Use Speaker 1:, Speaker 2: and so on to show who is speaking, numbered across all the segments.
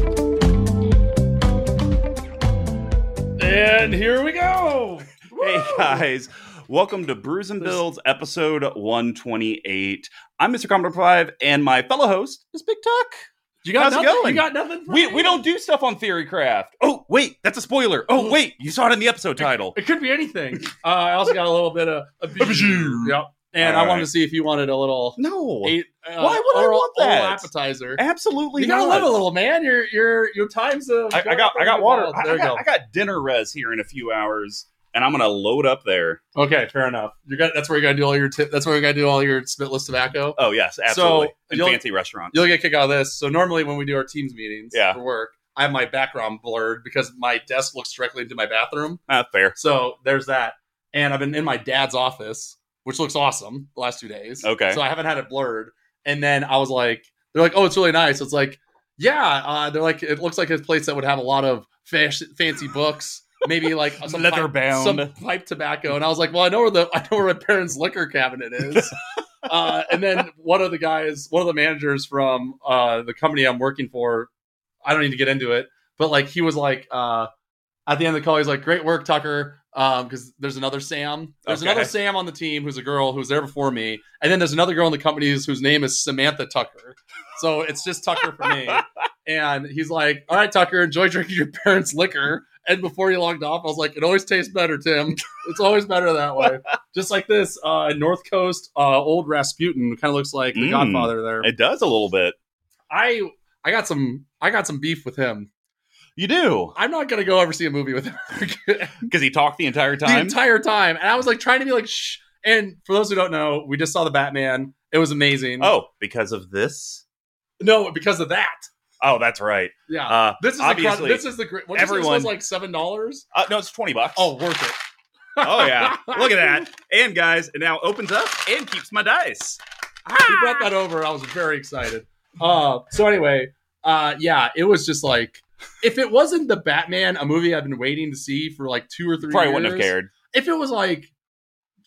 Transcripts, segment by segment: Speaker 1: guys. Welcome to Brews and Builds, episode 128. I'm Mr. Commodore 5, and my fellow host is Big Tuck.
Speaker 2: You got
Speaker 1: How's it
Speaker 2: nothing.
Speaker 1: going?
Speaker 2: You got nothing. for
Speaker 1: We,
Speaker 2: me?
Speaker 1: we don't do stuff on Theorycraft. Oh, wait, that's a spoiler. Oh, wait, you saw it in the episode title.
Speaker 2: It could be anything. Uh, I also got a little bit of a
Speaker 1: bijou.
Speaker 2: Yep. And
Speaker 1: All
Speaker 2: I wanted to
Speaker 1: right.
Speaker 2: see if you wanted a little.
Speaker 1: No,
Speaker 2: Eight, uh,
Speaker 1: Why would I
Speaker 2: oral-
Speaker 1: want that?
Speaker 2: oral appetizer.
Speaker 1: absolutely
Speaker 2: You gotta
Speaker 1: not.
Speaker 2: live a little, man. Your your your time's up.
Speaker 1: I, I got I got water. I,
Speaker 2: There
Speaker 1: I
Speaker 2: you go.
Speaker 1: got, I got dinner res here in a few hours, and I'm gonna load up there.
Speaker 2: Okay, fair enough. You got. That's where you gotta do all your. Tip, that's where you gotta do all your spitless tobacco.
Speaker 1: Oh yes, absolutely. in
Speaker 2: you'll-
Speaker 1: fancy restaurants.
Speaker 2: You'll get a kick out of this. So normally when we do our teams meetings
Speaker 1: Yeah.
Speaker 2: for work, I have my background blurred because my desk looks directly into my bathroom.
Speaker 1: Not Ah, fair.
Speaker 2: So there's that. And I've been in my dad's office, which looks awesome the last two days.
Speaker 1: Okay.
Speaker 2: So I haven't had it blurred. And then I was like, they're like, oh, it's really nice. It's like, yeah. Uh, they're like, it looks like a place that would have a lot of fash- fancy books. Maybe like some
Speaker 1: Leather
Speaker 2: pipe,
Speaker 1: bound.
Speaker 2: some pipe tobacco, and I was like, "Well, I know where the I know where my parents' liquor cabinet is." uh, and then one of the guys, one of the managers from uh, the company I'm working for, I don't need to get into it, but like he was like uh, at the end of the call, he's like, "Great work, Tucker," because there's another Sam. There's
Speaker 1: Okay.
Speaker 2: another Sam on the team who's a girl who's there before me, and then there's another girl in the company whose- whose name is Samantha Tucker. So it's just Tucker for me. And he's like, "All right, Tucker, enjoy drinking your parents' liquor." And before he logged off, I was like, "It always tastes better, Tim. It's always better that way." just like this, uh, North Coast uh, old Rasputin kind of looks like the
Speaker 1: Mm.
Speaker 2: Godfather there.
Speaker 1: It does a little bit.
Speaker 2: I I got some I got some beef with him.
Speaker 1: You do
Speaker 2: I'm not gonna go ever see a movie with him again.
Speaker 1: because he talked the entire
Speaker 2: the
Speaker 1: time.
Speaker 2: entire time. And I was like trying to be like, shh. And for those who don't know, we just saw the Batman. It was amazing.
Speaker 1: oh, because of this.
Speaker 2: no, because of that.
Speaker 1: Oh, that's right.
Speaker 2: Yeah.
Speaker 1: Uh,
Speaker 2: this is
Speaker 1: obviously,
Speaker 2: the, this is the great. What everyone
Speaker 1: everyone-
Speaker 2: was like seven dollars.
Speaker 1: uh, no, it's twenty bucks.
Speaker 2: Oh, worth it.
Speaker 1: oh yeah. Look at that. And guys, it now opens up and keeps my dice.
Speaker 2: He brought that over. I was very excited. Uh, so anyway, uh, yeah, it was just like if it wasn't the Batman, a movie I've been waiting to see for like two or three.
Speaker 1: Probably
Speaker 2: years,
Speaker 1: wouldn't have cared.
Speaker 2: if it was like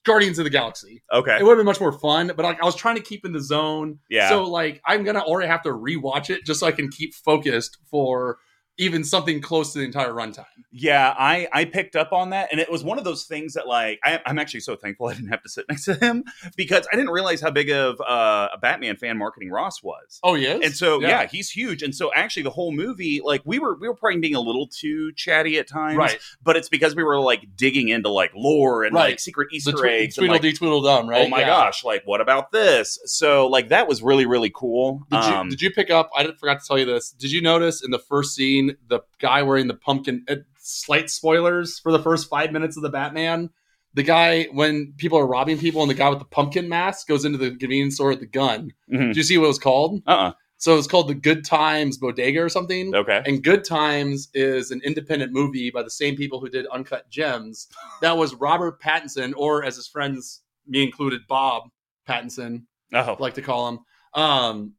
Speaker 2: Guardians of the Galaxy.
Speaker 1: Okay.
Speaker 2: It would have been much more fun, but like I was trying to keep in the zone.
Speaker 1: Yeah.
Speaker 2: So like I'm gonna already have to rewatch it just so I can keep focused for even something close to the entire runtime.
Speaker 1: Yeah, I I picked up on that, and it was one of those things that like I, I'm actually so thankful I didn't have to sit next to him because I didn't realize how big of uh, a Batman fan marketing Ross was.
Speaker 2: Oh yes.
Speaker 1: And so yeah. he's huge. And so actually the whole movie, like we were we were probably being a little too chatty at times.
Speaker 2: Right.
Speaker 1: But it's because we were like digging into like lore and
Speaker 2: Right.
Speaker 1: like secret
Speaker 2: The
Speaker 1: Easter
Speaker 2: twe-
Speaker 1: eggs. and, like,
Speaker 2: Tweedledee Tweedledum, right?
Speaker 1: Oh my
Speaker 2: Yeah.
Speaker 1: gosh, like what about this? So like that was really, really cool.
Speaker 2: Did you,
Speaker 1: Um,
Speaker 2: did you pick up? I didn't- forgot to tell you this. Did you notice in the first scene the guy wearing the pumpkin? Uh, slight spoilers for the first five minutes of the Batman. The guy when people are robbing people and the guy with the pumpkin mask goes into the convenience store with the gun.
Speaker 1: mhm.
Speaker 2: Did you see what it was called?
Speaker 1: Uh-uh.
Speaker 2: So it was called the Good Times Bodega or something.
Speaker 1: Okay.
Speaker 2: And Good Times is an independent movie by the same people who did Uncut Gems. That was Robert Pattinson, or as his friends, me included, Bob Pattinson
Speaker 1: Oh.
Speaker 2: like to call him. Um,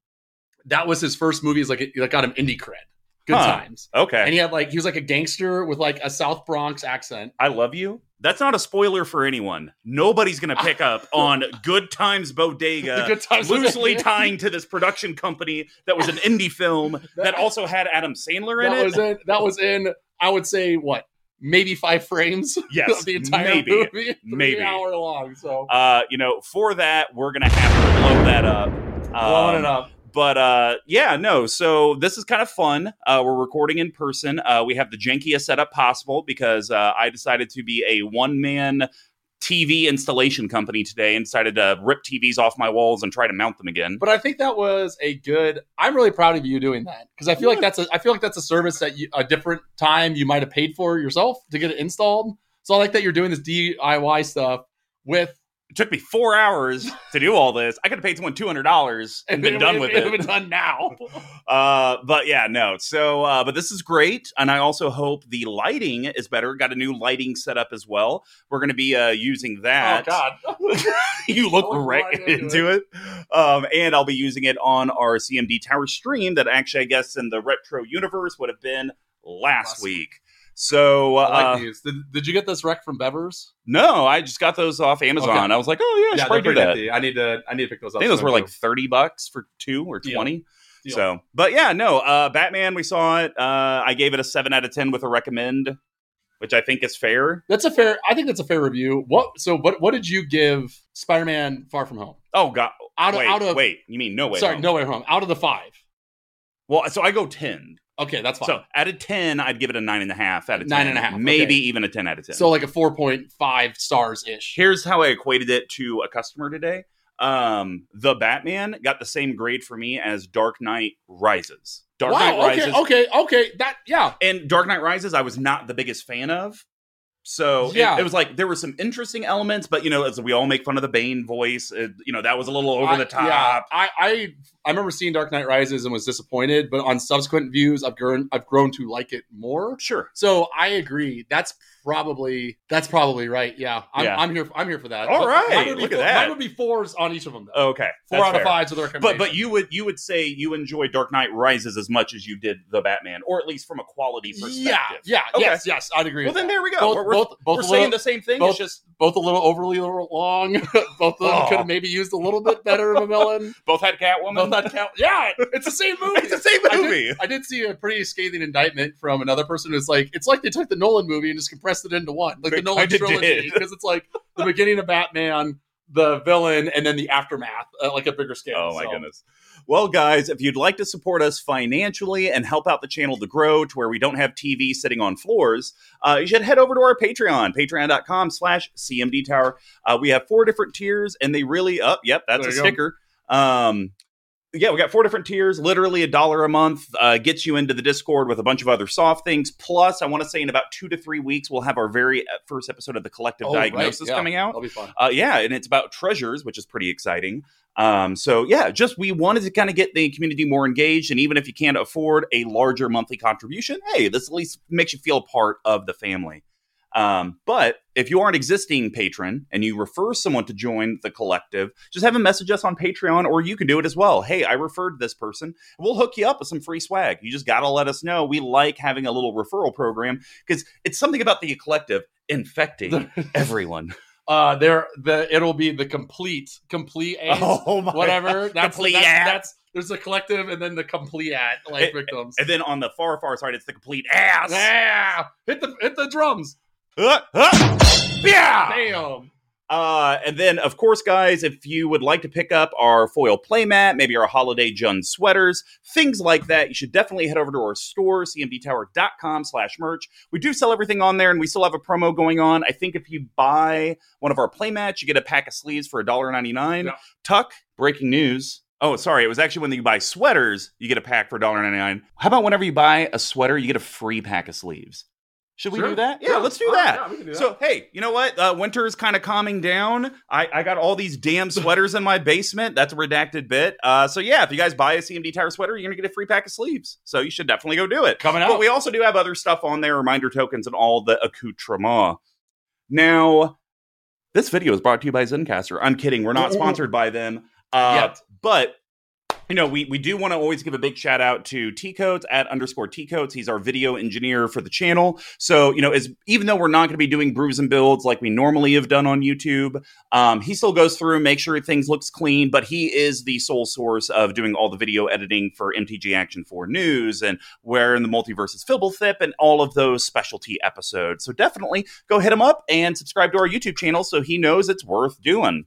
Speaker 2: that was his first movie. Is like that got him indie cred. Good
Speaker 1: Huh.
Speaker 2: times.
Speaker 1: okay.
Speaker 2: And he had like he was like a gangster with like a South Bronx accent.
Speaker 1: I love you. That's not a spoiler for anyone. Nobody's going to pick up on Good Times
Speaker 2: The
Speaker 1: Bodega
Speaker 2: good times
Speaker 1: loosely tying to this production company that was an indie film that also had Adam Sandler in
Speaker 2: That
Speaker 1: it.
Speaker 2: was in. That was in. I would say what maybe five frames
Speaker 1: yes,
Speaker 2: of the entire
Speaker 1: maybe.
Speaker 2: movie, Three
Speaker 1: Maybe.
Speaker 2: hour long. So
Speaker 1: Uh, you know, for that, we're going to have to blow that up.
Speaker 2: blowing it
Speaker 1: Um,
Speaker 2: up.
Speaker 1: But uh, yeah, no. So this is kind of fun. Uh, we're recording in person. Uh, we have the jankiest setup possible because uh, I decided to be a one man TV installation company today and decided to rip TVs off my walls and try to mount them again.
Speaker 2: But I think that was a good. I'm really proud of you doing that because I feel like that's a. I feel like that's a service that you, a different time you might have paid for yourself to get it installed. So I like that you're doing this DIY stuff with
Speaker 1: It took me four hours to do all this. I could have paid someone two hundred dollars and been done with it.
Speaker 2: Been done Oh, now.
Speaker 1: Uh, but yeah, no. So, uh, but this is great, and I also hope the lighting is better. Got a new lighting setup as well. We're going to be uh, using
Speaker 2: Oh
Speaker 1: that.
Speaker 2: God!
Speaker 1: you look
Speaker 2: I look
Speaker 1: right,
Speaker 2: right
Speaker 1: into
Speaker 2: into
Speaker 1: it. Um, and I'll be using it on our CMD Tower stream that actually, I guess, in the retro universe would have been last,
Speaker 2: Last
Speaker 1: week.
Speaker 2: week.
Speaker 1: So,
Speaker 2: I like
Speaker 1: uh,
Speaker 2: these. Did, did you get this rec from Bevers?
Speaker 1: no, I just got those off Amazon.
Speaker 2: Okay.
Speaker 1: I was like, oh, yeah, I should probably do that.
Speaker 2: I need to. I need to pick those
Speaker 1: I
Speaker 2: up.
Speaker 1: think those were
Speaker 2: soon,
Speaker 1: like
Speaker 2: too.
Speaker 1: 30 bucks for two or
Speaker 2: Deal.
Speaker 1: 20.
Speaker 2: Deal.
Speaker 1: So, but yeah, no, uh, Batman, we saw it. Uh, I gave it a seven out of 10 with a recommend. which I think is fair.
Speaker 2: That's a fair. I think that's a fair review. What? So what? What did you give Spider-Man: Far From Home?
Speaker 1: Oh God,
Speaker 2: Out of
Speaker 1: wait,
Speaker 2: out of
Speaker 1: wait, you mean no way?
Speaker 2: sorry,
Speaker 1: Home.
Speaker 2: No Way Home. Out of the five.
Speaker 1: Well, so I go ten.
Speaker 2: Okay, that's fine.
Speaker 1: So
Speaker 2: So,
Speaker 1: out of ten, I'd give it a nine and a half out of 10.
Speaker 2: Nine and a half,
Speaker 1: maybe
Speaker 2: okay.
Speaker 1: even a ten out of ten.
Speaker 2: like a four point five stars ish.
Speaker 1: here's how I equated it to a customer today. Um, the Batman got the same grade for me as Dark Knight Rises. Dark Knight
Speaker 2: Wow. Okay.
Speaker 1: Rises
Speaker 2: Okay. Okay. That. Yeah.
Speaker 1: and Dark Knight Rises, I was not the biggest fan of. So it-
Speaker 2: Yeah.
Speaker 1: it, was like there were some interesting elements, but you know, as we all make fun of the Bane voice, it, you know that was a little over
Speaker 2: I-
Speaker 1: the top.
Speaker 2: Yeah, I, I I remember seeing Dark Knight Rises and was disappointed, but on subsequent views, I've grown I've grown to like it more.
Speaker 1: Sure.
Speaker 2: So I agree. That's probably that's probably right. Yeah, I'm,
Speaker 1: Yeah.
Speaker 2: I'm here. I'm here for that.
Speaker 1: All right,
Speaker 2: mine would be
Speaker 1: look at
Speaker 2: four-
Speaker 1: that.
Speaker 2: Mine would be fours on each of them. Though.
Speaker 1: Okay.
Speaker 2: Four
Speaker 1: that's
Speaker 2: out
Speaker 1: fair.
Speaker 2: of five to the
Speaker 1: But
Speaker 2: recommendation.
Speaker 1: but you would you would say you enjoy Dark Knight Rises as much as you did the Batman, or at least from a quality perspective.
Speaker 2: yeah, yeah,
Speaker 1: Okay.
Speaker 2: yes, yes, I'd agree.
Speaker 1: Well,
Speaker 2: with
Speaker 1: then
Speaker 2: that.
Speaker 1: there we go.
Speaker 2: Both,
Speaker 1: we're
Speaker 2: both, both
Speaker 1: we're
Speaker 2: a
Speaker 1: saying
Speaker 2: little,
Speaker 1: the same thing.
Speaker 2: both-
Speaker 1: it's just
Speaker 2: both a little overly long. both of them
Speaker 1: Aw.
Speaker 2: could have maybe used a little bit better of a villain.
Speaker 1: both had
Speaker 2: Both
Speaker 1: Catwoman.
Speaker 2: had count. Yeah, it's the same movie.
Speaker 1: it's the same
Speaker 2: I did-
Speaker 1: movie.
Speaker 2: I did see a pretty scathing indictment from another person who's like, it's like they took the Nolan movie and just compressed it into one, like
Speaker 1: They
Speaker 2: the Nolan
Speaker 1: kinda
Speaker 2: trilogy,
Speaker 1: did.
Speaker 2: because it's like the beginning of Batman, the villain, and then the aftermath, uh, like a bigger scale.
Speaker 1: Oh my
Speaker 2: So,
Speaker 1: goodness. Well, guys, if you'd like to support us financially and help out the channel to grow to where we don't have TV sitting on floors, uh, you should head over to our Patreon, patreon.com slash CMD Tower. Uh, we have four different tiers, and they really up. yep, that's
Speaker 2: There
Speaker 1: a
Speaker 2: you go.
Speaker 1: sticker. Um, yeah, we got four different tiers, literally a dollar a month, uh, gets you into the Discord with a bunch of other soft things. Plus, I want to say in about two to three weeks, we'll have our very uh, first episode of the collective
Speaker 2: Oh, right,
Speaker 1: diagnosis
Speaker 2: yeah.
Speaker 1: coming out.
Speaker 2: That'll be fun.
Speaker 1: Uh, yeah, and it's about treasures, which is pretty exciting. Um, so yeah, just we wanted to kind of get the community more engaged, and even if you can't afford a larger monthly contribution, hey, this at least makes you feel part of the family. Um, but if you are an existing patron and you refer someone to join the collective, just have them message us on Patreon, or you can do it as well. Hey, I referred this person. We'll hook you up with some free swag. You just gotta let us know. We like having a little referral program because it's something about the collective infecting everyone.
Speaker 2: Uh, there, the it'll be the complete, complete, ace,
Speaker 1: Oh my!
Speaker 2: whatever. That's,
Speaker 1: Complete
Speaker 2: that's,
Speaker 1: ad.
Speaker 2: that's there's a collective and then the complete at like
Speaker 1: It-
Speaker 2: victims.
Speaker 1: And then on the far far side, it's the complete ass.
Speaker 2: yeah, hit the hit the drums.
Speaker 1: Uh, uh, yeah.
Speaker 2: Damn.
Speaker 1: Uh, and then, of course, guys, if you would like to pick up our foil playmat, maybe our holiday Jun sweaters, things like that, you should definitely head over to our store, cmdtower.com slash merch. We do sell everything on there, and we still have a promo going on. I think if you buy one of our playmats, you get a pack of sleeves for $1.99.
Speaker 2: Yeah.
Speaker 1: Tuck, breaking news. Oh, sorry. It was actually when you buy sweaters, you get a pack for $1.99. How about whenever you buy a sweater, you get a free pack of sleeves? Should we
Speaker 2: Sure.
Speaker 1: do that? Yeah, let's do
Speaker 2: All right,
Speaker 1: that.
Speaker 2: yeah, we can do that.
Speaker 1: So hey, you know what? Uh, winter is kind of calming down. I, I got all these damn sweaters in my basement. That's a redacted bit. Uh, so yeah, if you guys buy a CMD Tower sweater, you're gonna get a free pack of sleeves. So you should definitely go do it.
Speaker 2: coming out.
Speaker 1: But we also do have other stuff on there, reminder tokens and all the accoutrement. Now, this video is brought to you by Zencaster. I'm kidding. We're not sponsored by them. Uh,
Speaker 2: Yet.
Speaker 1: But, you know, we, we do want to always give a big shout out to T Coats at underscore T Coats. He's our video engineer for the channel. So, you know, as, even though we're not going to be doing brews and builds like we normally have done on YouTube, um, he still goes through, make sure things looks clean, but he is the sole source of doing all the video editing for MTG Action 4 News and Where in the Multiverse is Fibblethip and all of those specialty episodes. So definitely go hit him up and subscribe to our YouTube channel so he knows it's worth doing.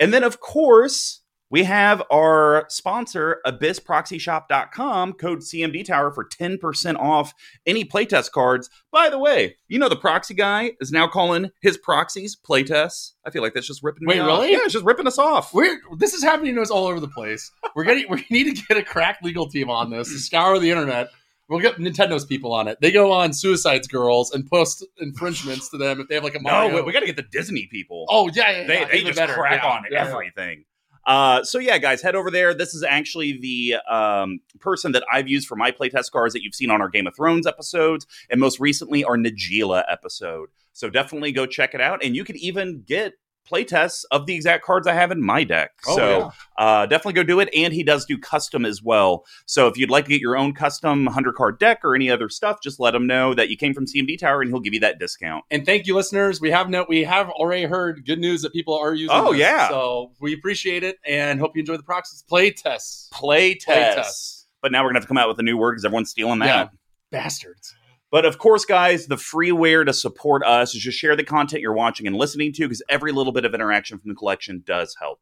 Speaker 1: And then, of course, we have our sponsor, abyssproxyshop.com, code CMD Tower for 10% off any playtest cards. By the way, you know the proxy guy is now calling his proxies playtests. I feel like that's just ripping me
Speaker 2: Wait,
Speaker 1: off.
Speaker 2: really?
Speaker 1: Yeah, it's just ripping us off.
Speaker 2: We're, this is happening to us all over the place. We're getting we need to get a crack legal team on this to scour the internet. We'll get Nintendo's people on it. They go on Suicide's Girls and post infringements to them if they have like a
Speaker 1: No,
Speaker 2: Mario.
Speaker 1: we, got to get the Disney people.
Speaker 2: oh yeah, yeah, yeah,
Speaker 1: they, they
Speaker 2: even
Speaker 1: just
Speaker 2: better.
Speaker 1: crack
Speaker 2: Yeah,
Speaker 1: on
Speaker 2: yeah, yeah.
Speaker 1: everything. Uh, so yeah, guys, head over there. This is actually the um, person that I've used for my playtest cards that you've seen on our Game of Thrones episodes, and most recently our Najila episode. So definitely go check it out, and you can even get playtests of the exact cards I have in my deck.
Speaker 2: Oh,
Speaker 1: so
Speaker 2: yeah.
Speaker 1: uh, definitely go do it. And he does do custom as well. So if you'd like to get your own custom 100 card deck or any other stuff, just let him know that you came from CMD Tower, and he'll give you that discount.
Speaker 2: and thank you, listeners. We have no, we have already heard good news that people are using.
Speaker 1: Oh,
Speaker 2: this.
Speaker 1: yeah.
Speaker 2: so we appreciate it and hope you enjoy the proxies play tests.
Speaker 1: Play
Speaker 2: Play
Speaker 1: tests. But now we're gonna have to come out with a new word because everyone's stealing that.
Speaker 2: Yeah. Bastards.
Speaker 1: But of course, guys, the freeware to support us is just share the content you're watching and listening to because every little bit of interaction from the collection does help.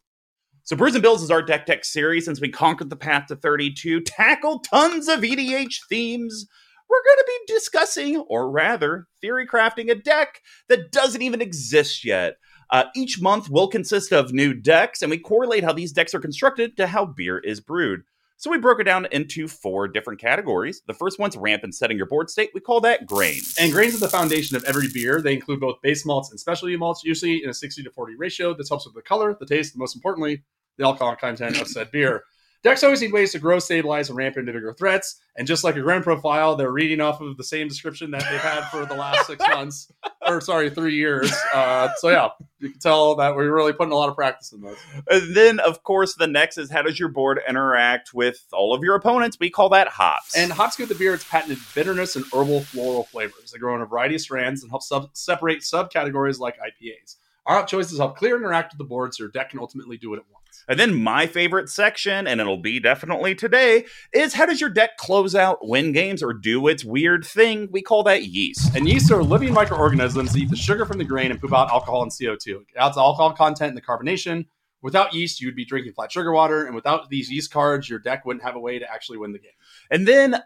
Speaker 1: So, Brews and Bills is our deck tech series. Since we conquered the path to 32, tackled tons of EDH themes, we're going to be discussing, or rather, theory crafting a deck that doesn't even exist yet. Uh, each month will consist of new decks, and we correlate how these decks are constructed to how beer is brewed. So we broke it down into four different categories. The first one's ramp and setting your board state. We call that grain.
Speaker 2: And grains are the foundation of every beer. They include both base malts and specialty malts, usually in a 60 to 40 ratio. This helps with the color, the taste, and most importantly, the alcohol content of said beer. Decks always need ways to grow, stabilize, and ramp into bigger threats. And just like a grand profile, they're reading off of the same description that they've had for the last six months, or sorry, three years. Uh, so yeah, you can tell that we're really putting a lot of practice in this.
Speaker 1: And Uh, then, of course, the next is how does your board interact with all of your opponents? We call that hops.
Speaker 2: And hops give the beer its patented bitterness and herbal floral flavors. They grow in a variety of strands and help sub- separate subcategories like IPAs. Our hop choices help clear and interact with the board so your deck can ultimately do what it wants.
Speaker 1: And then my favorite section, and it'll be definitely today, is how does your deck close out, win games, or do its weird thing? We call that yeast.
Speaker 2: And yeast are living microorganisms that eat the sugar from the grain and poop out alcohol and CO2. It adds alcohol content and the carbonation. Without yeast, you'd be drinking flat sugar water, and without these yeast cards, your deck wouldn't have a way to actually win the game.
Speaker 1: And then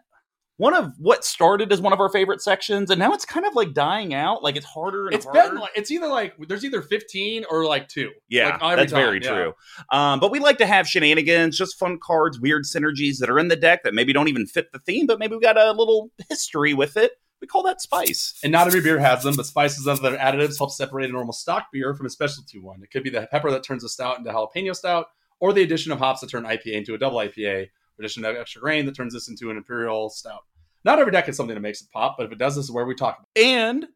Speaker 1: one of what started as one of our favorite sections, and now it's kind of like dying out. Like it's harder and
Speaker 2: It's
Speaker 1: harder.
Speaker 2: been like it's either like there's either 15 or like two.
Speaker 1: Yeah,
Speaker 2: like every
Speaker 1: that's
Speaker 2: time,
Speaker 1: very
Speaker 2: yeah.
Speaker 1: true. Um, but we like to have shenanigans, just fun cards, weird synergies that are in the deck that maybe don't even fit the theme, but maybe we got a little history with it. We call that spice.
Speaker 2: And not every beer has them, but spices and other additives help separate a normal stock beer from a specialty one. It could be the pepper that turns a stout into jalapeno stout, or the addition of hops that turn IPA into a double IPA, or addition of extra grain that turns this into an imperial stout. Not every deck has something that makes it pop, but if it does, this is where we talk about
Speaker 1: And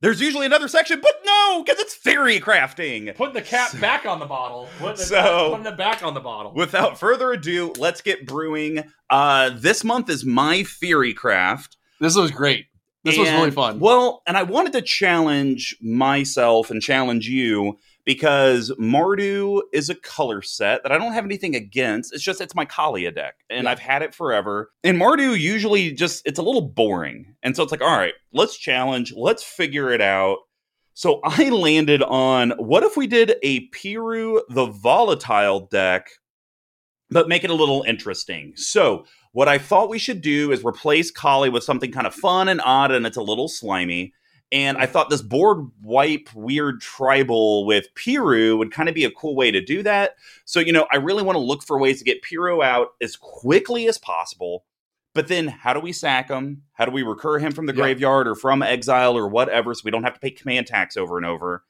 Speaker 1: there's usually another section, but no, because it's theory crafting.
Speaker 2: it. Putting the cap back on the bottle. Putting
Speaker 1: the- So-
Speaker 2: putting it back on the bottle.
Speaker 1: Without further ado, let's get brewing. Uh, this month is my theory craft.
Speaker 2: This was great. This was
Speaker 1: And-
Speaker 2: really fun.
Speaker 1: Well, and I wanted to challenge myself and challenge you because Mardu is a color set that I don't have anything against. It's just it's my Kalia deck, and
Speaker 2: Yeah.
Speaker 1: I've had it forever. And Mardu usually just it's a little boring, and so it's like, all right, let's challenge, let's figure it out. So I landed on what if we did a Piru the Volatile deck, but make it a little interesting. So what I thought we should do is replace Kali with something kind of fun and odd, and it's a little slimy. And I thought this board wipe weird tribal with Piru would kind of be a cool way to do that. So, you know, I really want to look for ways to get Piru out as quickly as possible. But then how do we sack him? How do we recur him from the
Speaker 2: Yeah.
Speaker 1: graveyard or from exile or whatever so we don't have to pay command tax over and over?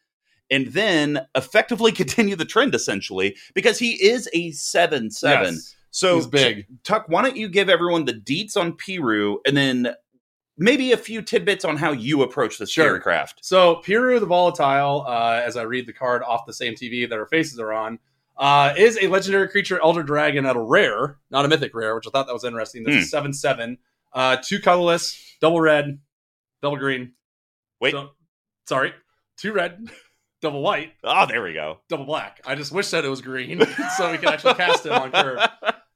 Speaker 1: And then effectively continue the trend essentially because he is a 7 7.
Speaker 2: Yes.
Speaker 1: So
Speaker 2: He's big.
Speaker 1: Tuck, why don't you give everyone the deets on Piru and then maybe a few tidbits on how you approach this
Speaker 2: Sure.
Speaker 1: sure. craft?
Speaker 2: So Piru the Volatile, uh, as I read the card off the same TV that our faces are on, uh, is a legendary creature, Elder Dragon at a rare, not a mythic rare, which I thought that was interesting. This is seven seven, uh, two colorless, double red, double green.
Speaker 1: Wait.
Speaker 2: So- sorry, two red, double white,
Speaker 1: Oh, there we go.
Speaker 2: double black. I just wish that it was green so we could actually cast him on curve.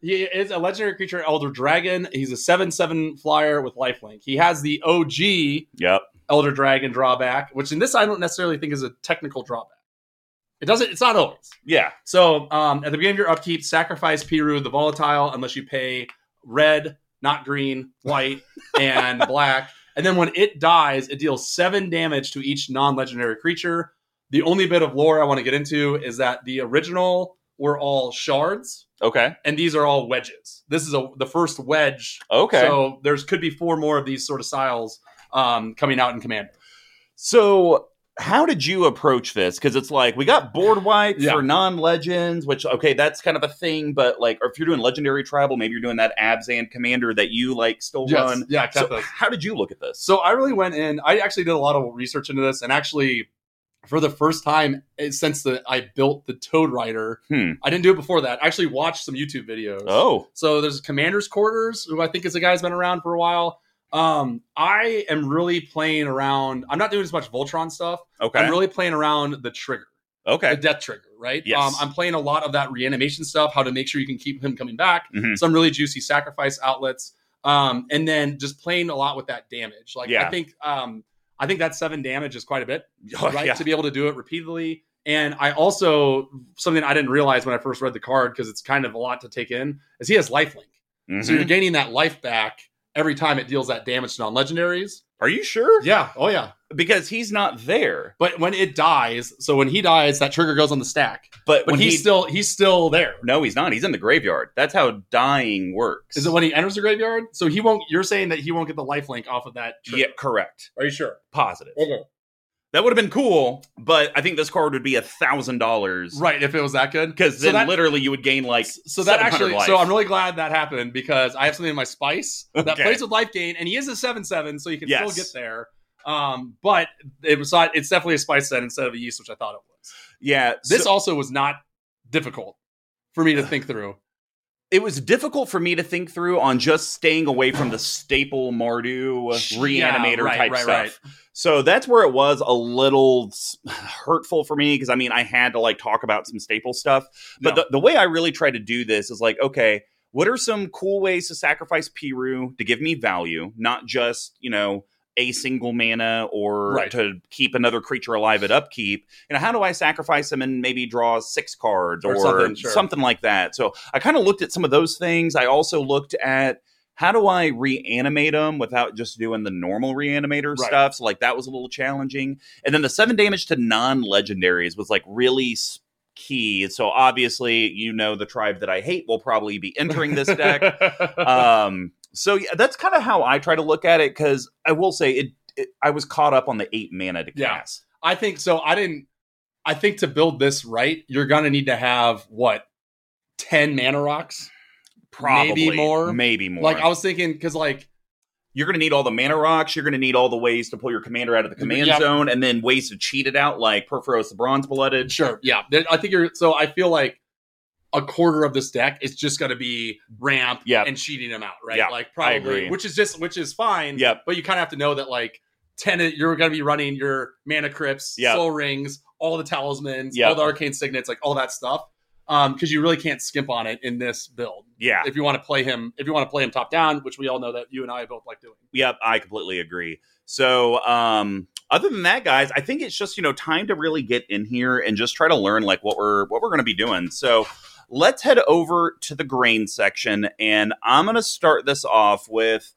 Speaker 2: He is a legendary creature, Elder Dragon. He's a seven seven flyer with lifelink. He has the OG
Speaker 1: Yep.
Speaker 2: Elder Dragon drawback, which in this I don't necessarily think is a technical drawback. It doesn't. It's not always.
Speaker 1: Yeah.
Speaker 2: So um, at the beginning of your upkeep, sacrifice Piru the Volatile unless you pay red, not green, white, and black. And then when it dies, it deals seven damage to each non-legendary creature. The only bit of lore I want to get into is that the original were all shards,
Speaker 1: Okay.
Speaker 2: and these are all wedges. This is a the first wedge.
Speaker 1: Okay. So,
Speaker 2: So there's could be four more of these sort of styles um, coming out in command.
Speaker 1: how did you approach this? Because it's like we got board wipe
Speaker 2: Yeah.
Speaker 1: for non legends, which okay, that's kind of a thing. But like, or if you're doing legendary tribal, maybe you're doing that Abzan commander that you like still run.
Speaker 2: Yeah, I kept
Speaker 1: So
Speaker 2: those.
Speaker 1: how did you look at this?
Speaker 2: So I really went in. I actually did a lot of research into this, and actually, for the first time eh, since the I built the Toad Rider,
Speaker 1: Hmm.
Speaker 2: I didn't do it before that. I actually watched some YouTube videos.
Speaker 1: Oh,
Speaker 2: So there's Commander's Quarters, who I think is a guy who's been around for a while. Um, I am really playing around. I'm not doing as much Voltron stuff.
Speaker 1: okay,
Speaker 2: I'm really playing around the trigger, the
Speaker 1: okay,
Speaker 2: death trigger, right?
Speaker 1: Yes.
Speaker 2: Um, I'm playing a lot of that reanimation stuff, how to make sure you can keep him coming back
Speaker 1: Mhm.
Speaker 2: some really juicy sacrifice outlets. Um, and then just playing a lot with that damage. Like
Speaker 1: Yeah.
Speaker 2: I think um, I think that seven damage is quite a bit,
Speaker 1: Oh,
Speaker 2: right?
Speaker 1: yeah.
Speaker 2: To be able to do it repeatedly. And I also something I didn't realize when I first read the card because it's kind of a lot to take in is he has lifelink. So
Speaker 1: Mhm.
Speaker 2: you're gaining that life back every time it deals that damage to non-legendaries.
Speaker 1: Are you sure?
Speaker 2: Yeah. Oh yeah.
Speaker 1: Because he's not there.
Speaker 2: But when it dies, so when he dies, that trigger goes on the stack.
Speaker 1: But,
Speaker 2: But
Speaker 1: when
Speaker 2: he's
Speaker 1: he
Speaker 2: still he's still there.
Speaker 1: no, he's not. He's in the graveyard. That's how dying works.
Speaker 2: Is it when he enters the graveyard? So he won't. You're saying that he won't get the life link off of that. Trigger.
Speaker 1: yeah, correct.
Speaker 2: Are you sure?
Speaker 1: Positive.
Speaker 2: Okay.
Speaker 1: That would have been cool, but I think this card would be a thousand dollars.
Speaker 2: Right. If it was that good,
Speaker 1: Because
Speaker 2: So
Speaker 1: then
Speaker 2: that-
Speaker 1: literally you would gain like
Speaker 2: so that
Speaker 1: 700
Speaker 2: actually.
Speaker 1: life.
Speaker 2: So I'm really glad that happened because I have something in my spice that
Speaker 1: Okay.
Speaker 2: plays with life gain, and he is a seven seven, so you can
Speaker 1: Yes.
Speaker 2: still get there. Um, but it was not. It's definitely a spice set instead of a yeast, which I thought it was.
Speaker 1: yeah.
Speaker 2: This
Speaker 1: so-
Speaker 2: also was not difficult for me to think through.
Speaker 1: it was difficult for me to think through on just staying away from the staple Mardu reanimator
Speaker 2: Yeah, right,
Speaker 1: type
Speaker 2: right,
Speaker 1: stuff.
Speaker 2: right.
Speaker 1: So that's where it was a little s- hurtful for me because I mean I had to like talk about some staple stuff. But
Speaker 2: No.
Speaker 1: the, the way I really try to do this is like, okay, what are some cool ways to sacrifice Piru to give me value, not just you know a single mana or
Speaker 2: Right.
Speaker 1: to keep another creature alive at upkeep. You know, how do I sacrifice them and maybe draw six cards or,
Speaker 2: Or something, sure.
Speaker 1: something like that? So I kind of looked at some of those things. I also looked at how do I reanimate them without just doing the normal reanimator
Speaker 2: Right.
Speaker 1: stuff? So like that was a little challenging. And then the seven damage to non-legendaries was like really s- key. So obviously, you know, the tribe that I hate will probably be entering this deck um so yeah, that's kind of how i try to look at it because i will say it, it i was caught up on the eight mana to
Speaker 2: Yeah.
Speaker 1: cast
Speaker 2: I think so. I didn't. I think to build this right, you're gonna need to have what ten mana rocks.
Speaker 1: probably
Speaker 2: Maybe more.
Speaker 1: maybe more
Speaker 2: Like I was thinking, because like
Speaker 1: you're gonna need all the mana rocks you're gonna need all the ways to pull your commander out of the command
Speaker 2: Yep.
Speaker 1: zone and then ways to cheat it out like perforos the bronze blooded
Speaker 2: sure, yeah. There- I think you're. So I feel like a quarter of this deck is just gonna be ramp
Speaker 1: Yeah.
Speaker 2: and cheating them out, right?
Speaker 1: Yeah,
Speaker 2: like
Speaker 1: I
Speaker 2: probably,
Speaker 1: agree.
Speaker 2: which is just which is fine.
Speaker 1: Yep.
Speaker 2: But you kind of have to know that like ten, you're gonna be running your mana crypts,
Speaker 1: Yep.
Speaker 2: soul rings, all the talismans,
Speaker 1: Yep.
Speaker 2: all the arcane signets, like all that stuff. Um, because you really can't skimp on it in this build.
Speaker 1: yeah
Speaker 2: if you want to play him if you want to play him top down which we all know that you and i both like doing
Speaker 1: yep i completely agree so um other than that guys i think it's just you know time to really get in here and just try to learn like what we're what we're going to be doing so let's head over to the grain section and i'm going to start this off with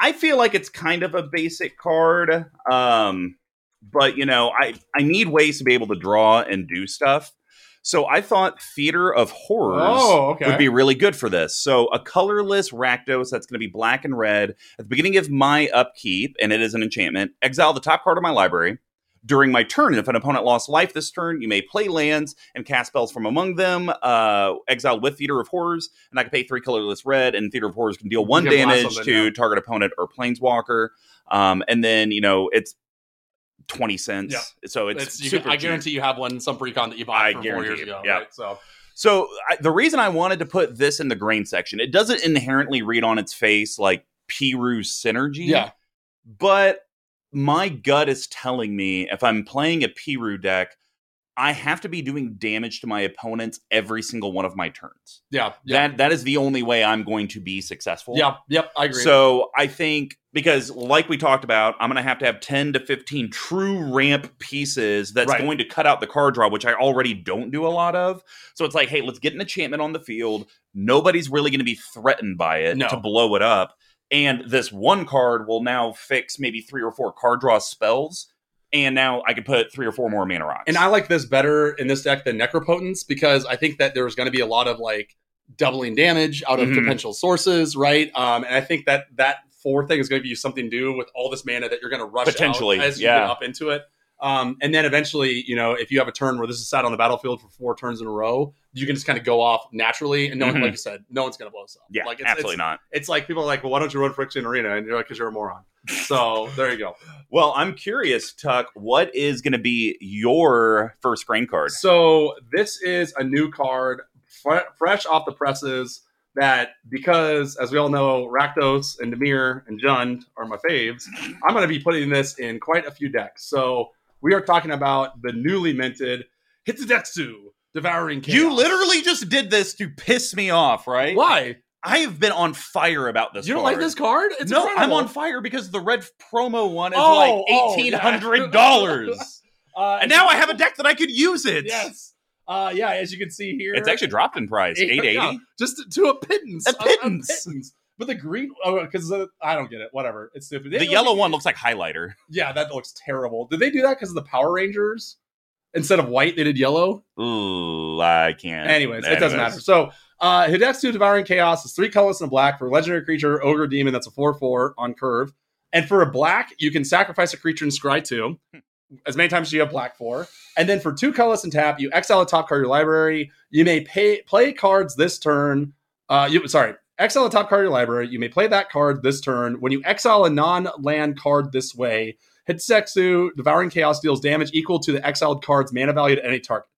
Speaker 1: i feel like it's kind of a basic card um but you know i i need ways to be able to draw and do stuff so i thought theater of horrors
Speaker 2: Oh, okay
Speaker 1: would be really good for this. So a colorless Rakdos that's going to be black and red at the beginning of my upkeep, and it is an enchantment. Exile the top card of my library. During my turn, if an opponent lost life this turn, you may play lands and cast spells from among them. Uh, exile with Theater of Horrors, and I can pay three colorless red, and Theater of Horrors can deal one
Speaker 2: can blast
Speaker 1: damage
Speaker 2: something,
Speaker 1: to
Speaker 2: yeah.
Speaker 1: target opponent or planeswalker. Um, and then you know it's twenty cents, so it's,
Speaker 2: you
Speaker 1: super
Speaker 2: can- i
Speaker 1: cheap.
Speaker 2: guarantee you have one in some precon that you bought
Speaker 1: I
Speaker 2: from four
Speaker 1: guarantee
Speaker 2: years
Speaker 1: it,
Speaker 2: ago
Speaker 1: yeah.
Speaker 2: right so
Speaker 1: So I, the reason I wanted to put this in the grain section, it doesn't inherently read on its face like Piru synergy.
Speaker 2: yeah
Speaker 1: But my gut is telling me if I'm playing a Piru deck, I have to be doing damage to my opponents every single one of my turns.
Speaker 2: yeah yeah
Speaker 1: That that is the only way I'm going to be successful.
Speaker 2: yeah yep i agree
Speaker 1: So I think because, like we talked about, I'm going to have to have 10 to 15 true ramp pieces that's
Speaker 2: Right.
Speaker 1: going to cut out the card draw, which I already don't do a lot of. So it's like, hey, let's get an enchantment on the field. Nobody's really going to be threatened by it
Speaker 2: No.
Speaker 1: to blow it up. And this one card will now fix maybe three or four card draw spells. And now I can put three or four more mana rocks.
Speaker 2: and i like this better in this deck than necropotence because i think that there's going to be a lot of like doubling damage out of
Speaker 1: Mhm.
Speaker 2: potential sources right um and i think that that four thing is going to give you something to do with all this mana that you're going to rush out
Speaker 1: Potentially,
Speaker 2: as you
Speaker 1: yeah.
Speaker 2: get up into it um, and then eventually, you know, if you have a turn where this is sat on the battlefield for four turns in a row, you can just kind of go off naturally, and no
Speaker 1: Mhm.
Speaker 2: one, like you said, no one's going to blow us up.
Speaker 1: yeah,
Speaker 2: like
Speaker 1: absolutely
Speaker 2: it's,
Speaker 1: not.
Speaker 2: It's like people are like, well, why don't you run Friction Arena? And you're like, because you're a moron. So there you go.
Speaker 1: Well, I'm curious, Tuck, what is going to be your first grain card?
Speaker 2: So this is a new card, fre- fresh off the presses. That because, as we all know, Rakdos and Demir and Jund are my faves. I'm going to be putting this in quite a few decks. So we are talking about the newly minted Hitsudetsu, Devouring Chaos.
Speaker 1: You literally just did this to piss me off, right?
Speaker 2: why?
Speaker 1: I have been on fire about this.
Speaker 2: you don't
Speaker 1: card.
Speaker 2: like this card? It's
Speaker 1: no, I'm
Speaker 2: incredible.
Speaker 1: on fire because the red promo one is
Speaker 2: Oh,
Speaker 1: like
Speaker 2: oh,
Speaker 1: eighteen
Speaker 2: yeah.
Speaker 1: hundred dollars,
Speaker 2: Uh,
Speaker 1: and now I have a deck that I could use it.
Speaker 2: yes. Uh, yeah, as you can see here,
Speaker 1: It's actually dropped in price,
Speaker 2: Yeah,
Speaker 1: eight eighty.
Speaker 2: yeah, just to, to a pittance,
Speaker 1: A
Speaker 2: a- a
Speaker 1: pittance.
Speaker 2: pittance. But the green, because I don't get it. Whatever, it's stupid.
Speaker 1: The
Speaker 2: Anyway,
Speaker 1: yellow one looks like highlighter.
Speaker 2: yeah, that looks terrible. Did they do that because of the Power Rangers? Instead of white, they did yellow.
Speaker 1: Ooh, I can't.
Speaker 2: Anyways, it doesn't matter. So, uh, Hidetsu Devouring Chaos is three colorless and a black for a legendary creature, Ogre Demon. That's a 4 4 on curve. And for a black, you can sacrifice a creature and scry two, as many times as you have black for. And then for two colorless and tap, you exile a top card of your library. You may pay, play cards this turn. Uh, you Sorry, exile a top card of your library. You may play that card this turn. When you exile a non land card this way, Hidetsu Devouring Chaos deals damage equal to the exiled card's mana value to any target.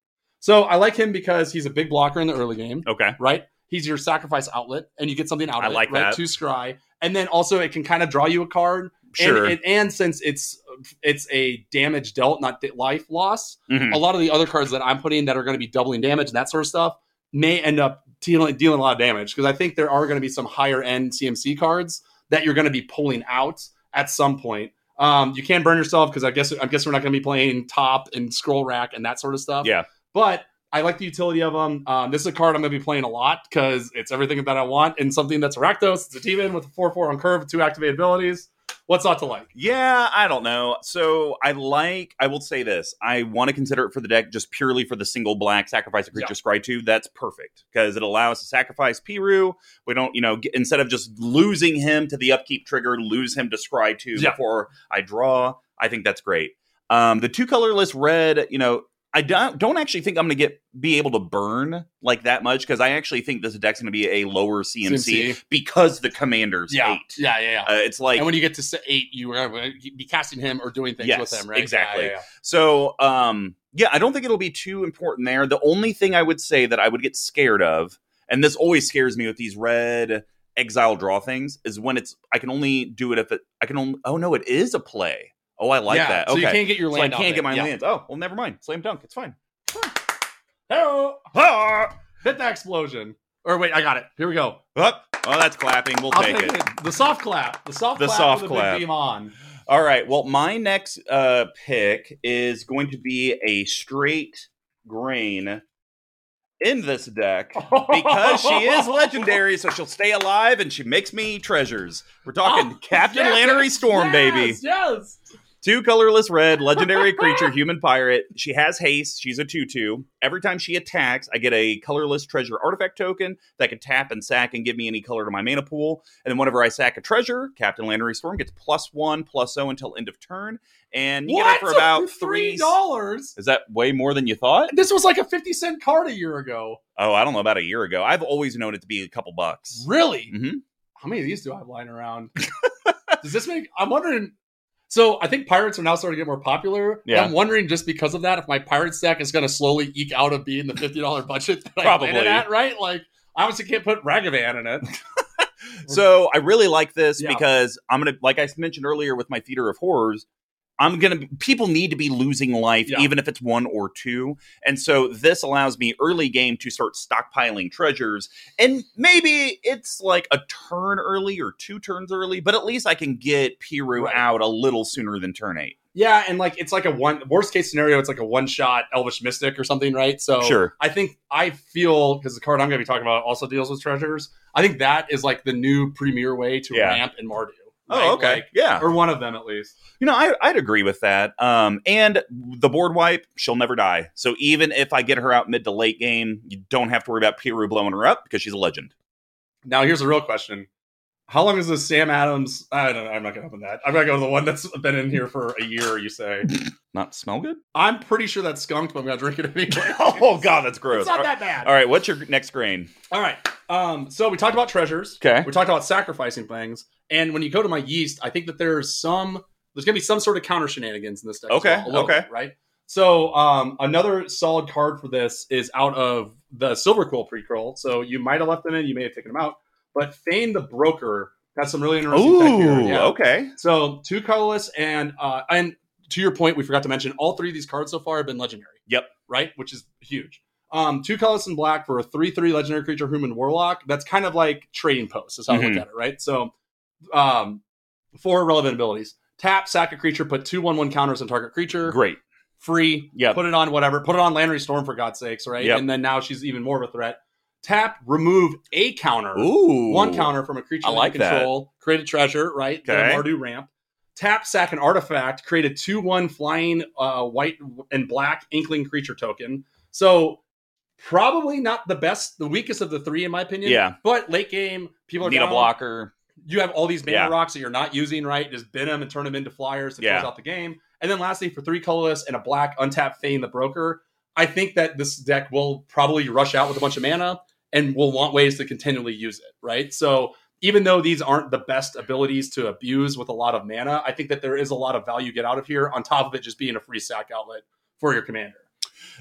Speaker 2: So I like him because he's a big blocker in the early game
Speaker 1: Okay.
Speaker 2: right? He's your sacrifice outlet, and you get something out of
Speaker 1: I
Speaker 2: it,
Speaker 1: like
Speaker 2: right?
Speaker 1: that.
Speaker 2: To scry, and then also it can kind of draw you a card.
Speaker 1: Sure.
Speaker 2: And, and, and since it's it's a damage dealt, not di- life loss,
Speaker 1: Mhm.
Speaker 2: a lot of the other cards that I'm putting that are going to be doubling damage and that sort of stuff may end up dealing, dealing a lot of damage because I think there are going to be some higher end CMC cards that you're going to be pulling out at some point. Um, you can burn yourself because I guess I guess we're not going to be playing top and scroll rack and that sort of stuff.
Speaker 1: Yeah.
Speaker 2: but I like the utility of them. Um, this is a card I'm going to be playing a lot because it's everything that I want and something that's Rakdos. It's a demon with a four four on curve, two activated abilities. What's not to like?
Speaker 1: Yeah, I don't know. So I like. I will say this. I want to consider it for the deck just purely for the single black sacrifice a creature scry two. That's perfect because it allows us to sacrifice Piru. We don't, you know, get, instead of just losing him to the upkeep trigger, lose him to scry two
Speaker 2: Yeah.
Speaker 1: before I draw. I think that's great. Um, the two colorless red, you know. I don't, don't actually think I'm going to get be able to burn like that much because I actually think this deck's going to be a lower CMC, because the commanders
Speaker 2: yeah,
Speaker 1: hate.
Speaker 2: yeah, yeah, yeah.
Speaker 1: Uh, it's like
Speaker 2: and when you get to se- eight, you are gonna be casting him or doing things
Speaker 1: Yes,
Speaker 2: with him, right?
Speaker 1: exactly.
Speaker 2: Yeah, yeah, yeah.
Speaker 1: So, um, yeah, I don't think it'll be too important there. The only thing I would say that I would get scared of, and this always scares me with these red exile draw things, is when it's I can only do it if it I can only. Oh no, it is a play. Oh, I like
Speaker 2: Yeah,
Speaker 1: that.
Speaker 2: So
Speaker 1: Okay,
Speaker 2: you can't get your
Speaker 1: So
Speaker 2: land.
Speaker 1: I
Speaker 2: out
Speaker 1: can't
Speaker 2: there.
Speaker 1: get my
Speaker 2: yeah.
Speaker 1: lands. Oh, well, never mind. Slam dunk. It's fine.
Speaker 2: Hello,
Speaker 1: Ah!
Speaker 2: hit the explosion. Or wait, I got it. Here we go.
Speaker 1: Up. Oh, that's clapping. We'll
Speaker 2: I'll
Speaker 1: take it.
Speaker 2: The soft clap. The soft
Speaker 1: The
Speaker 2: clap.
Speaker 1: soft
Speaker 2: with
Speaker 1: clap.
Speaker 2: The big beam on.
Speaker 1: All right. Well, my next uh, pick is going to be a straight grain in this deck because she is legendary, so she'll stay alive and she makes me treasures. We're talking
Speaker 2: Oh,
Speaker 1: Captain
Speaker 2: yes,
Speaker 1: Lannery
Speaker 2: yes,
Speaker 1: Storm, baby.
Speaker 2: Yes.
Speaker 1: Two colorless red, legendary creature, human pirate. She has haste. She's a 2 2. Every time she attacks, I get a colorless treasure artifact token that can tap and sack and give me any color to my mana pool. And then whenever I sack a treasure, Captain Lannery Storm gets plus one, plus O until end of turn. And you get her for about three.
Speaker 2: dollars.
Speaker 1: Is that way more than you thought?
Speaker 2: This was like a fifty cent card a year ago.
Speaker 1: Oh, I don't know, about a year ago. I've always known it to be a couple bucks.
Speaker 2: Really?
Speaker 1: Mhm.
Speaker 2: How many of these do I have lying around? Does this make? I'm wondering. So I think pirates are now starting to get more popular.
Speaker 1: Yeah.
Speaker 2: I'm wondering just because of that, if my pirate stack is going to slowly eke out of being the fifty dollar budget that I
Speaker 1: Probably.
Speaker 2: landed at, right? Like I obviously can't put Ragavan in it.
Speaker 1: So I really like this
Speaker 2: Yeah.
Speaker 1: because I'm gonna, like I mentioned earlier with my theater of horrors, I'm gonna. People need to be losing life,
Speaker 2: Yeah.
Speaker 1: even if it's one or two, and so this allows me early game to start stockpiling treasures, and maybe it's like a turn early or two turns early, but at least I can get Piru
Speaker 2: Right.
Speaker 1: out a little sooner than turn eight.
Speaker 2: Yeah, and like it's like a one worst case scenario, it's like a one shot Elvish Mystic or something, right? So
Speaker 1: Sure.
Speaker 2: I think I feel because the card I'm going to be talking about also deals with treasures. I think that is like the new premier way to
Speaker 1: Yeah.
Speaker 2: ramp and Mardu. right?
Speaker 1: Oh, okay.
Speaker 2: Like,
Speaker 1: yeah.
Speaker 2: or one of them at least.
Speaker 1: You know, I, I'd agree with that. Um, and the board wipe, she'll never die. So even if I get her out mid to late game, you don't have to worry about Piru blowing her up because she's a legend.
Speaker 2: Now here's a real question: How long is this Sam Adams? I don't know. I'm not gonna open that. I'm not going to the one that's been in here for a year. You say
Speaker 1: Not smell good?
Speaker 2: I'm pretty sure that's skunked, but I'm gonna drink it anyway.
Speaker 1: oh god, that's gross.
Speaker 2: it's not
Speaker 1: all,
Speaker 2: that bad.
Speaker 1: all right, what's your next grain?
Speaker 2: All right. Um, so we talked about treasures.
Speaker 1: Okay.
Speaker 2: We talked about sacrificing things. And when you go to my yeast, I think that there's some there's gonna be some sort of counter shenanigans in this deck. as
Speaker 1: Okay,
Speaker 2: well, a little
Speaker 1: okay.
Speaker 2: bit, right. So um, another solid card for this is out of the Silver Quill pre-curl. So you might have left them in, you may have taken them out. But Fane the Broker has some really interesting tech here.
Speaker 1: Ooh,
Speaker 2: Yeah.
Speaker 1: okay.
Speaker 2: So two colorless and uh, and to your point, we forgot to mention all three of these cards so far have been legendary.
Speaker 1: Yep.
Speaker 2: Right, which is huge. Um, two colors in black for a three three legendary creature human warlock. That's kind of like trading post, is how I
Speaker 1: Mhm.
Speaker 2: look at it, right? So um four relevant abilities. Tap, sack a creature, put two one one counters on target creature.
Speaker 1: Great.
Speaker 2: Free,
Speaker 1: Yeah.
Speaker 2: put it on whatever, put it on Lannery Storm for God's sakes, right?
Speaker 1: Yep.
Speaker 2: And then now she's even more of a threat. Tap, remove a counter
Speaker 1: Ooh.
Speaker 2: one counter from a creature
Speaker 1: I
Speaker 2: under
Speaker 1: like that.
Speaker 2: control, create a treasure, right? The
Speaker 1: Okay.
Speaker 2: Mardu ramp. Tap, sack an artifact, create a 2 1 flying uh, white and black inkling creature token. So, probably not the best, the weakest of the three, in my opinion.
Speaker 1: Yeah.
Speaker 2: But late game, people are
Speaker 1: Need
Speaker 2: down.
Speaker 1: a blocker.
Speaker 2: You have all these mana
Speaker 1: Yeah.
Speaker 2: rocks that you're not using, right? Just bin them and turn them into flyers to
Speaker 1: Yeah.
Speaker 2: close out the game. And then, lastly, for three colorless and a black untapped Fane the Broker, I think that this deck will probably rush out with a bunch of mana and will want ways to continually use it, right? So even though these aren't the best abilities to abuse with a lot of mana, I think that there is a lot of value you get out of here on top of it just being a free sack outlet for your commander.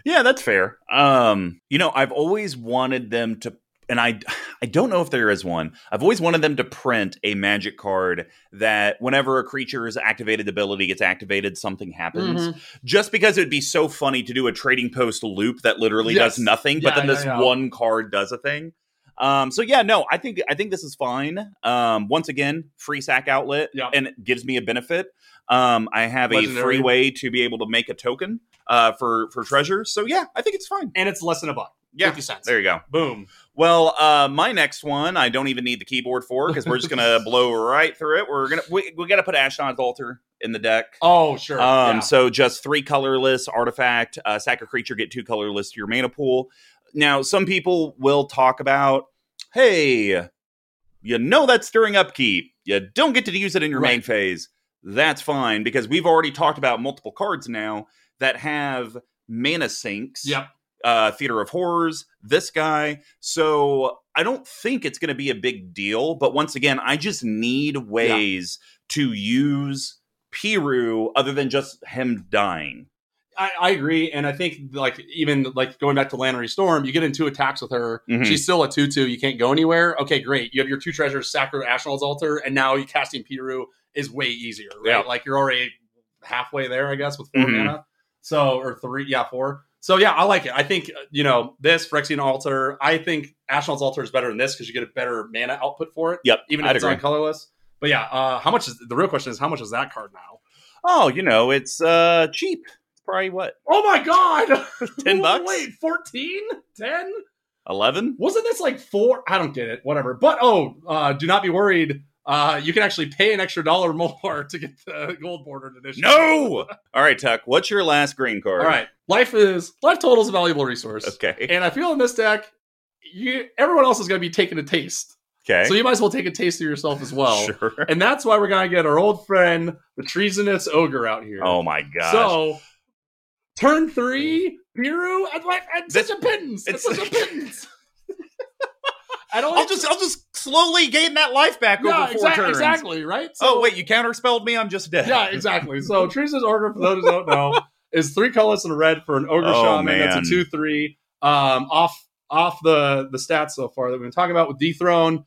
Speaker 1: Yeah, that's fair. Um, you know, I've always wanted them to and I I don't know if there is one. I've always wanted them to print a magic card that whenever a creature's activated ability gets activated, something
Speaker 2: Mm-hmm.
Speaker 1: happens. Just because it would be so funny to do a trading post loop that literally
Speaker 2: Yes.
Speaker 1: does nothing,
Speaker 2: Yeah,
Speaker 1: but then
Speaker 2: yeah,
Speaker 1: this
Speaker 2: yeah.
Speaker 1: one card does a thing. Um, so yeah, no, I think I think this is fine. Um, once again, free sack outlet,
Speaker 2: Yeah.
Speaker 1: and it gives me a benefit. Um, I have a
Speaker 2: Legendary.
Speaker 1: free way to be able to make a token uh, for for treasure. So yeah, I think it's fine.
Speaker 2: And it's less than a buck.
Speaker 1: Yeah,
Speaker 2: 50 cents.
Speaker 1: there you go.
Speaker 2: Boom.
Speaker 1: Well, uh, my next one, I don't even need the keyboard for because we're just gonna blow right through it. We're gonna we, we gotta put Ashnod's altar in the deck.
Speaker 2: Oh, sure.
Speaker 1: Um,
Speaker 2: Yeah.
Speaker 1: so just three colorless artifact, uh, sack a creature, get two colorless to your mana pool. Now, some people will talk about, hey, you know that's during upkeep. You don't get to use it in your main
Speaker 2: Right.
Speaker 1: phase. That's fine because we've already talked about multiple cards now that have mana sinks.
Speaker 2: Yep.
Speaker 1: Uh, Theater of Horrors, this guy. So I don't think it's going to be a big deal. But once again, I just need ways to use Piru other than just him dying.
Speaker 2: I, I agree, and I think like even like going back to Lannery Storm, you get in two attacks with her.
Speaker 1: Mhm.
Speaker 2: She's still a two-two. You can't go anywhere. Okay, great. You have your two treasures, Sacro Ashnal's Altar, and now you casting Piru is way easier, right?
Speaker 1: Yeah.
Speaker 2: Like you're already halfway there, I guess, with 4
Speaker 1: Mhm.
Speaker 2: mana. So or three, yeah, four. So yeah, I like it. I think uh, you know this Phyrexian Altar. I think Ashnal's Altar is better than this because you get a better mana output for it,
Speaker 1: Yep.
Speaker 2: even if
Speaker 1: I'd
Speaker 2: it's on
Speaker 1: agree.
Speaker 2: colorless. But yeah, uh, how much is the real question is how much is that card now?
Speaker 1: Oh, you know, it's uh cheap. It's probably what?
Speaker 2: Oh my god!
Speaker 1: 10 bucks?
Speaker 2: Wait, 14? 10?
Speaker 1: 11?
Speaker 2: Wasn't this like four? I don't get it. Whatever. But oh, uh, do not be worried. Uh, you can actually pay an extra dollar more to get the gold bordered edition.
Speaker 1: No! All right, Tuck, what's your last green card?
Speaker 2: All right. Life is life total is a valuable resource,
Speaker 1: Okay.
Speaker 2: and I feel in this deck, you everyone else is going to be taking a taste,
Speaker 1: Okay.
Speaker 2: so you might as well take a taste of yourself as well.
Speaker 1: sure.
Speaker 2: And that's why we're going to get our old friend, the treasonous ogre, out here.
Speaker 1: Oh my gosh.
Speaker 2: So, turn three, Piru, and what? And
Speaker 1: This-
Speaker 2: such a pittance. It's,
Speaker 1: it's-
Speaker 2: such a pittance. I don't.
Speaker 1: I'll just I'll just slowly gain that life back
Speaker 2: yeah,
Speaker 1: over four
Speaker 2: exac-
Speaker 1: turns.
Speaker 2: exactly, right?
Speaker 1: oh wait, you counterspelled me. I'm just dead.
Speaker 2: Yeah, exactly. So, Teresa's order for those who don't know is three colors and a red for an ogre
Speaker 1: Oh,
Speaker 2: shaman.
Speaker 1: man.
Speaker 2: That's a two-three. Um, off off the the stats so far that we've been talking about with dethrone.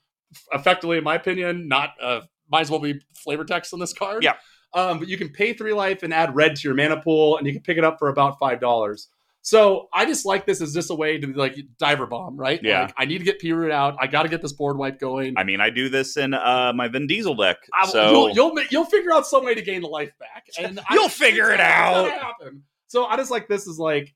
Speaker 2: Effectively, in my opinion, not uh, might as well be flavor text on this card.
Speaker 1: Yeah.
Speaker 2: Um, but you can pay three life and add red to your mana pool, and you can pick it up for about five dollars. So I just like this as just a way to like diver bomb, right?
Speaker 1: Yeah.
Speaker 2: Like, I need to get P root out. I got to get this board wipe going.
Speaker 1: I mean, I do this in uh my Vin Diesel deck.
Speaker 2: I,
Speaker 1: so
Speaker 2: you'll, you'll ma- you'll figure out some way to gain the life back, and I-
Speaker 1: You'll figure it
Speaker 2: it's gonna
Speaker 1: out.
Speaker 2: happen. So I just like this is like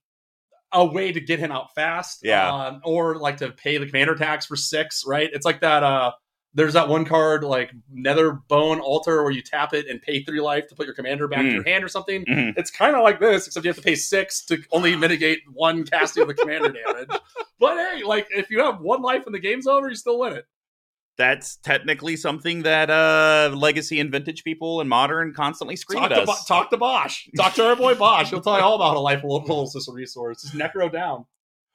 Speaker 2: a way to get him out fast,
Speaker 1: Yeah.
Speaker 2: um, or like to pay the commander tax for six, right? It's like that. uh There's that one card like Nether Bone Altar where you tap it and pay three life to put your commander back to
Speaker 1: Mm.
Speaker 2: your hand or something.
Speaker 1: Mhm.
Speaker 2: It's kind of like this, except you have to pay six to only mitigate one casting of the commander damage. But hey, like if you have one life and the game's over, you still win it.
Speaker 1: that's technically something that uh legacy and vintage people and modern constantly scream
Speaker 2: Talk
Speaker 1: at
Speaker 2: to,
Speaker 1: us.
Speaker 2: Bo- talk to Bosch. Talk to our boy Bosch. He'll tell you all about how life levels is a resource. Just necro down.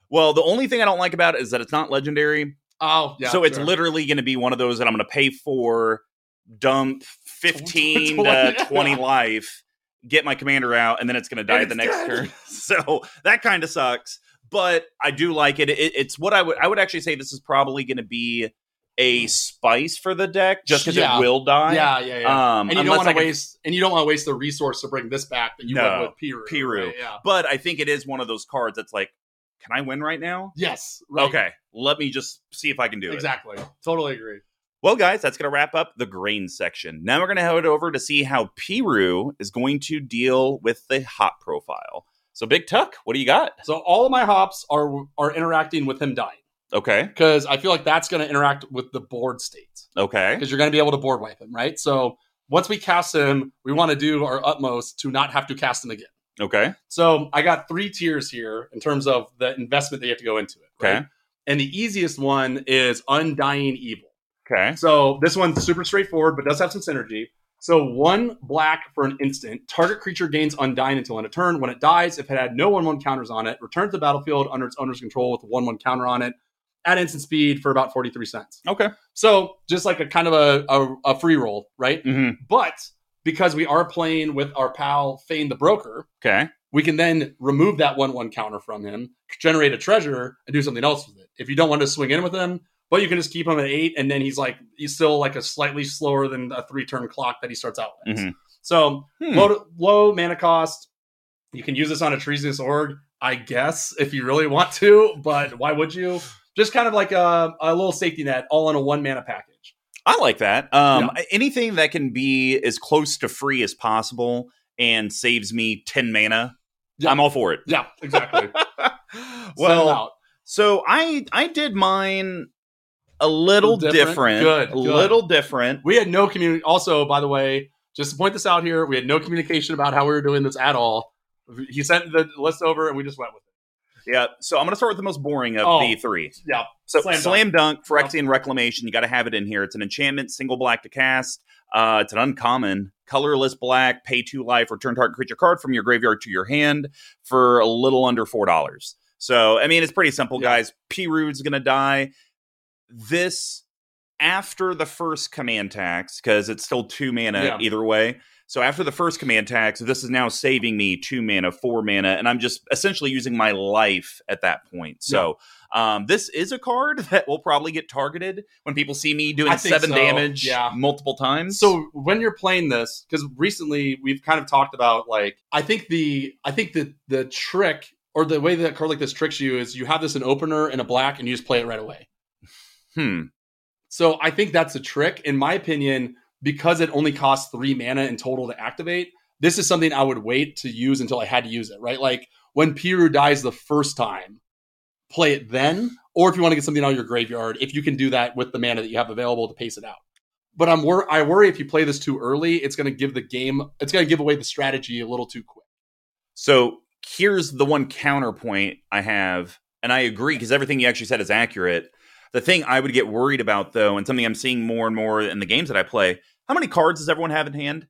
Speaker 1: Well, the only thing I don't like about it is that it's not legendary.
Speaker 2: Oh, yeah.
Speaker 1: so it's
Speaker 2: sure.
Speaker 1: literally going to be one of those that I'm going to pay for, dump 15
Speaker 2: 20, yeah.
Speaker 1: to 20 life, get my commander out, and then it's going to die
Speaker 2: And
Speaker 1: the
Speaker 2: it's
Speaker 1: next
Speaker 2: dead.
Speaker 1: turn. So that kind of sucks, but I do like it. it. It's what I would I would actually say this is probably going to be a spice for the deck just because
Speaker 2: Yeah.
Speaker 1: it will die.
Speaker 2: Yeah, yeah, yeah.
Speaker 1: Um,
Speaker 2: and you don't
Speaker 1: unless
Speaker 2: want
Speaker 1: I
Speaker 2: to
Speaker 1: can
Speaker 2: waste and you don't want to waste the resource to bring this back that you
Speaker 1: No.
Speaker 2: went with Piru.
Speaker 1: Piru.
Speaker 2: right? Yeah.
Speaker 1: but I think it is one of those cards that's like, can I win right now?
Speaker 2: Yes. Right.
Speaker 1: Okay, let me just see if I can do it.
Speaker 2: Exactly. Totally agree.
Speaker 1: Well, guys, that's going to wrap up the grain section. Now we're going to head over to see how Piru is going to deal with the hop profile. So, Big Tuck, what do you got?
Speaker 2: So all of my hops are are interacting with him dying
Speaker 1: Okay,
Speaker 2: because I feel like that's going to interact with the board state
Speaker 1: okay,
Speaker 2: because you're going to be able to board wipe him, right? So once we cast him, we want to do our utmost to not have to cast him again.
Speaker 1: okay,
Speaker 2: So I got three tiers here in terms of the investment that you have to go into it.
Speaker 1: Okay.
Speaker 2: Right? And the easiest one is Undying Evil.
Speaker 1: okay,
Speaker 2: So this one's super straightforward, but does have some synergy. So one black for an instant. Target creature gains Undying until end of turn. When it dies, if it had no 1 1 counters on it, returns to the battlefield under its owner's control with a 1 1 counter on it at instant speed for about 43 cents.
Speaker 1: okay.
Speaker 2: So just like a kind of a, a, a free roll, right?
Speaker 1: hmm
Speaker 2: But because we are playing with our pal Fane the Broker,
Speaker 1: Okay,
Speaker 2: we can then remove that one one counter from him, generate a treasure, and do something else with it. If you don't want to swing in with him, but you can just keep him at eight, and then he's like he's still like a slightly slower than a three turn clock that he starts out with.
Speaker 1: Mhm.
Speaker 2: So
Speaker 1: Hmm.
Speaker 2: low low mana cost. You can use this on a treasonous org, I guess, if you really want to, but why would you? Just kind of like a, a little safety net, all in a one mana package.
Speaker 1: I like that. Um, Anything that can be as close to free as possible and saves me 10 mana,
Speaker 2: Yeah.
Speaker 1: I'm all for it.
Speaker 2: Yeah, exactly. Send
Speaker 1: well,
Speaker 2: it out.
Speaker 1: So I I did mine a little
Speaker 2: Different?
Speaker 1: different,
Speaker 2: Good,
Speaker 1: a
Speaker 2: good.
Speaker 1: little different.
Speaker 2: We had no community. Also, by the way, just to point this out here, we had no communication about how we were doing this at all. He sent the list over, and we just went with it.
Speaker 1: Yeah. So I'm gonna start with the most boring of
Speaker 2: Oh.
Speaker 1: the three.
Speaker 2: Yeah.
Speaker 1: So
Speaker 2: Slam
Speaker 1: slam,
Speaker 2: dunk. Uh-huh.
Speaker 1: dunk, Phyrexian reclamation. You got to have it in here. It's an enchantment, single black to cast. Uh, it's an uncommon, colorless black, pay two life, return target creature card from your graveyard to your hand for a little under four dollars. So I mean, it's pretty simple,
Speaker 2: Yeah.
Speaker 1: guys. P Rude's gonna die. This after the first command tax because it's still two mana
Speaker 2: Yeah.
Speaker 1: either way. So after the first command tax, this is now saving me two mana, four mana, and I'm just essentially using my life at that point. So um, this is a card that will probably get targeted when people see me doing
Speaker 2: I think
Speaker 1: seven
Speaker 2: so,
Speaker 1: damage
Speaker 2: yeah.
Speaker 1: multiple times.
Speaker 2: So when you're playing this, because recently we've kind of talked about like I think the I think the the trick or the way that a card like this tricks you is you have this an opener and a black, and you just play it right away.
Speaker 1: hmm.
Speaker 2: So I think that's a trick, in my opinion, because it only costs three mana in total to activate. This is something I would wait to use until I had to use it, right? Like when Piru dies the first time, play it then, or if you want to get something out of your graveyard, if you can do that with the mana that you have available to pace it out. But I'm wor- I worry if you play this too early, it's going to give the game, it's going to give away the strategy a little too quick.
Speaker 1: So here's the one counterpoint I have, and I agree because everything you actually said is accurate. The thing I would get worried about though, and something I'm seeing more and more in the games that I play, how many cards does everyone have in hand?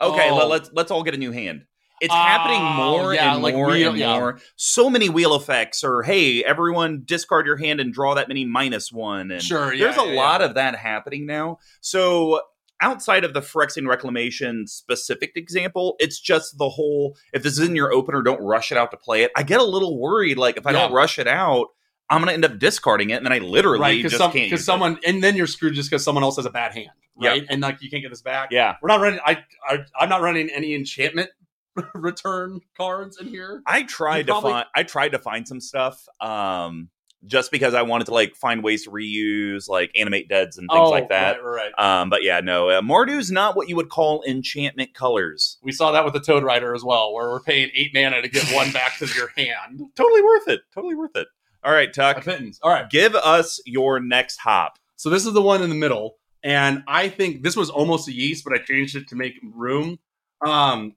Speaker 1: Okay,
Speaker 2: Oh.
Speaker 1: let, let's let's all get a new hand. It's
Speaker 2: Oh,
Speaker 1: happening more
Speaker 2: yeah,
Speaker 1: and
Speaker 2: like
Speaker 1: more
Speaker 2: wheel-
Speaker 1: and
Speaker 2: yeah.
Speaker 1: more. So many wheel effects, or hey, everyone discard your hand and draw that many minus one. And
Speaker 2: Sure,
Speaker 1: there's a lot of that happening now. So outside of the Phyrexian Reclamation specific example, it's just the whole if this is in your opener, don't rush it out to play it. I get a little worried, like if I don't
Speaker 2: Yeah.
Speaker 1: rush it out, I'm gonna end up discarding it, and then I literally
Speaker 2: right
Speaker 1: just
Speaker 2: because some,
Speaker 1: can't
Speaker 2: 'cause
Speaker 1: use it.
Speaker 2: someone, and then you're screwed just because someone else has a bad hand,
Speaker 1: Yeah.
Speaker 2: right? And like you can't get this back.
Speaker 1: Yeah.
Speaker 2: We're not running. I, I I'm not running any enchantment return cards in here.
Speaker 1: I tried to
Speaker 2: probably-
Speaker 1: find I tried to find some stuff. Um just because I wanted to like find ways to reuse like animate deads and things like that.
Speaker 2: Right, Oh, right, right.
Speaker 1: Um, but yeah, no, uh, Mardu's not what you would call enchantment colors.
Speaker 2: We saw that with the Toad Rider as well, where we're paying eight mana to get one back to your hand.
Speaker 1: Totally worth it. Totally worth it. All right,
Speaker 2: A
Speaker 1: Tuck.
Speaker 2: pittance. All right.
Speaker 1: Give us your next hop.
Speaker 2: So this is the one in the middle, and I think this was almost a yeast, but I changed it to make room. Um,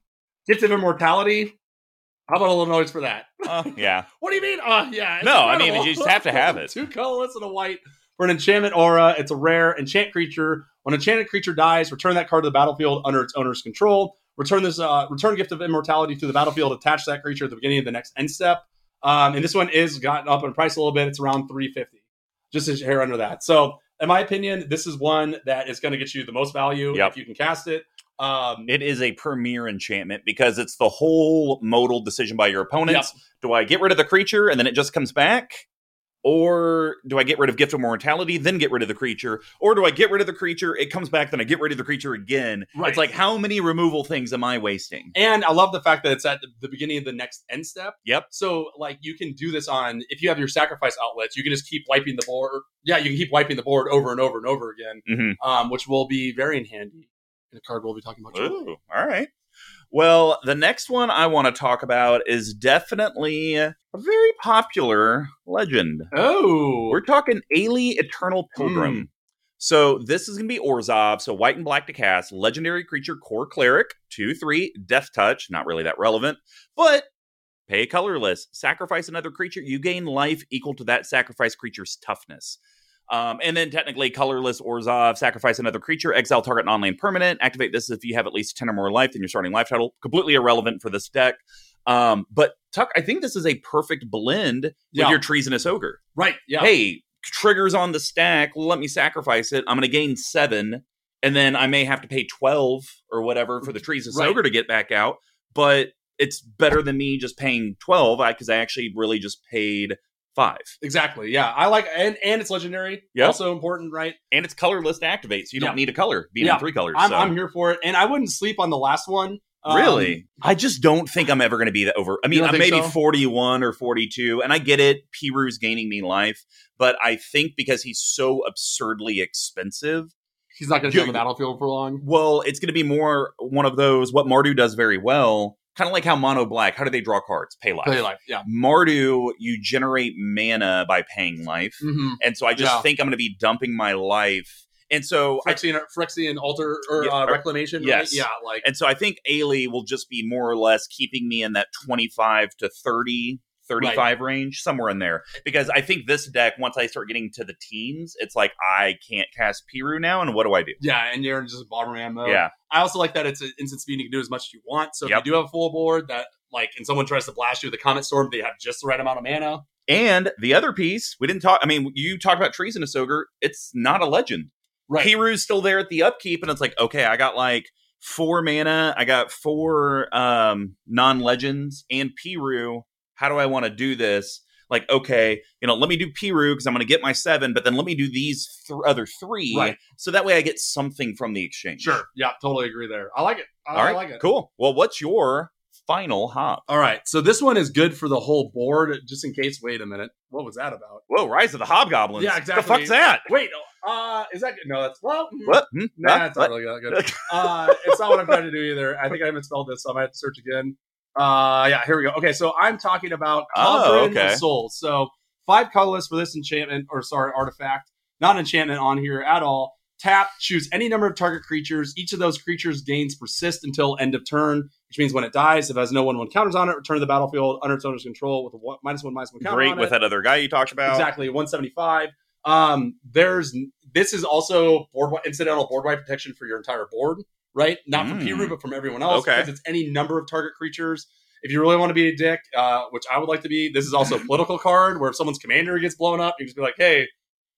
Speaker 2: Gift of Immortality. How about a little noise for that?
Speaker 1: Uh, yeah.
Speaker 2: What do you mean? Uh, yeah. it's
Speaker 1: No, I mean,
Speaker 2: incredible.
Speaker 1: you just have to have it.
Speaker 2: Two colorless and a white for an enchantment aura. It's a rare enchant creature. When an enchanted creature dies, return that card to the battlefield under its owner's control. Return this uh, return gift of immortality to the battlefield. Attach that creature at the beginning of the next end step. Um, and this one is gotten up in price a little bit. It's around three fifty, just a hair under that. So, in my opinion, this is one that is going to get you the most value
Speaker 1: Yep.
Speaker 2: if you can cast it. Um,
Speaker 1: It is a premier enchantment because it's the whole modal decision by your opponents. Do I get rid of the creature and then it just comes back? Or do I get rid of Gift of Mortality, then get rid of the creature? Or do I get rid of the creature, it comes back, then I get rid of the creature again?
Speaker 2: Right.
Speaker 1: It's like, how many removal things am I wasting?
Speaker 2: And I love the fact that it's at the- the beginning of the next end step.
Speaker 1: Yep.
Speaker 2: So like you can do this on if you have your sacrifice outlets, you can just keep wiping the board. Yeah, you can keep wiping the board over and over and over again,
Speaker 1: Mm-hmm.
Speaker 2: um, which will be very in handy in a card we'll be talking about. shortly.
Speaker 1: Ooh, all right. Well, the next one I want to talk about is definitely a very popular legend.
Speaker 2: Oh,
Speaker 1: We're talking Ailey E Eternal Pilgrim. So this is going to be Orzov. So white and black to cast, legendary creature, core cleric, two three, death touch. Not really that relevant, but pay colorless. Sacrifice another creature, you gain life equal to that sacrifice creature's toughness. Um, and then technically colorless Orzov, sacrifice another creature, exile target non-land permanent. Activate this if you have at least ten or more life than your starting life title. Completely irrelevant for this deck. Um, but Tuck, I think this is a perfect blend with
Speaker 2: Yeah.
Speaker 1: your treasonous ogre
Speaker 2: right. Yeah.
Speaker 1: hey, triggers on the stack, let me sacrifice it. I'm going to gain seven, and then I may have to pay 12 or whatever for the trees of
Speaker 2: Right.
Speaker 1: Sogar to get back out. But it's better than me just paying 12 because I actually really just paid five.
Speaker 2: Exactly. Yeah. I like and and it's legendary.
Speaker 1: Yeah.
Speaker 2: Also important, right?
Speaker 1: And it's colorless to activate, so you
Speaker 2: Yeah.
Speaker 1: don't need a color being
Speaker 2: Yeah.
Speaker 1: in three colors.
Speaker 2: I'm,
Speaker 1: so.
Speaker 2: I'm here for it, and I wouldn't sleep on the last one. Um,
Speaker 1: Really? I just don't think I'm ever going to be that over. I mean,
Speaker 2: don't
Speaker 1: I'm
Speaker 2: think
Speaker 1: maybe
Speaker 2: so?
Speaker 1: 41 or 42, and I get it. Piru's gaining me life, but I think because he's so absurdly expensive,
Speaker 2: He's not going to be on
Speaker 1: You-
Speaker 2: the battlefield for long.
Speaker 1: Well, it's going to be more one of those what Mardu does very well, kind of like how Mono Black. How do they draw cards? Pay life.
Speaker 2: Play life. Yeah.
Speaker 1: Mardu, you generate mana by paying life,
Speaker 2: Mm-hmm.
Speaker 1: and so I just
Speaker 2: Yeah.
Speaker 1: think I'm going to be dumping my life, and so I,
Speaker 2: Phyrexian, Phyrexian altar or
Speaker 1: Yeah,
Speaker 2: uh,
Speaker 1: or-
Speaker 2: reclamation. right?
Speaker 1: yes.
Speaker 2: Yeah. Like.
Speaker 1: and so I think Ailey will just be more or less keeping me in that 25 to 30. 35 range somewhere in there because i think this deck once i start getting to the teens it's like i can't cast piru now and what do i do
Speaker 2: Yeah, and you're in just Bomberman mode.
Speaker 1: yeah
Speaker 2: I also like that it's an instant speed. You can do as much as you want. So if
Speaker 1: Yep.
Speaker 2: you do have a full board that like, and someone tries to blast you with a comet storm, they have just the right amount of mana.
Speaker 1: And the other piece, we didn't talk. I mean, you talked about treasonous ogre. It's not a legend.
Speaker 2: Right.
Speaker 1: Hiru's still there at the upkeep, and it's like, okay, I got like four mana, I got four um non legends, and Piru. How do I want to do this? Like, okay, you know, let me do Piru because I'm going to get my seven, but then let me do these th- other three,
Speaker 2: Right.
Speaker 1: so that way I get something from the exchange.
Speaker 2: Sure. Yeah, totally agree there. I like it. I,
Speaker 1: All right.
Speaker 2: I like it.
Speaker 1: Cool. Well, what's your final hop?
Speaker 2: All right. So this one is good for the whole board, just in case. Wait a minute. What was that about?
Speaker 1: Whoa, Rise of the Hobgoblins.
Speaker 2: Yeah,
Speaker 1: The
Speaker 2: exactly.
Speaker 1: fuck's that?
Speaker 2: Wait. Uh, is that good? No, that's well. mm,
Speaker 1: What? Hmm?
Speaker 2: Nah,
Speaker 1: Huh?
Speaker 2: it's not really that good. Uh, it's not what I'm trying to do either. I think I misspelled this, so I might have to search again. Uh, yeah, here we go. Okay, so I'm talking about
Speaker 1: Oh,
Speaker 2: Cauldron of
Speaker 1: okay.
Speaker 2: Souls. So five colorless for this enchantment, or sorry, artifact. Not an enchantment on here at all. Tap, choose any number of target creatures. Each of those creatures gains persist until end of turn, which means when it dies, if it has no one one counters on it, return to the battlefield under its owner's control with a one, minus one minus one counter.
Speaker 1: Great
Speaker 2: on
Speaker 1: with
Speaker 2: it.
Speaker 1: that other guy you talked about.
Speaker 2: Exactly, 175. Um, there's this is also board wi- incidental board wide protection for your entire board, right? Not from
Speaker 1: Mm.
Speaker 2: Piru, but from everyone else.
Speaker 1: Okay.
Speaker 2: Because it's any number of target creatures. If you really want to be a dick, uh, which I would like to be, this is also a political card where if someone's commander gets blown up, you can just be like, hey,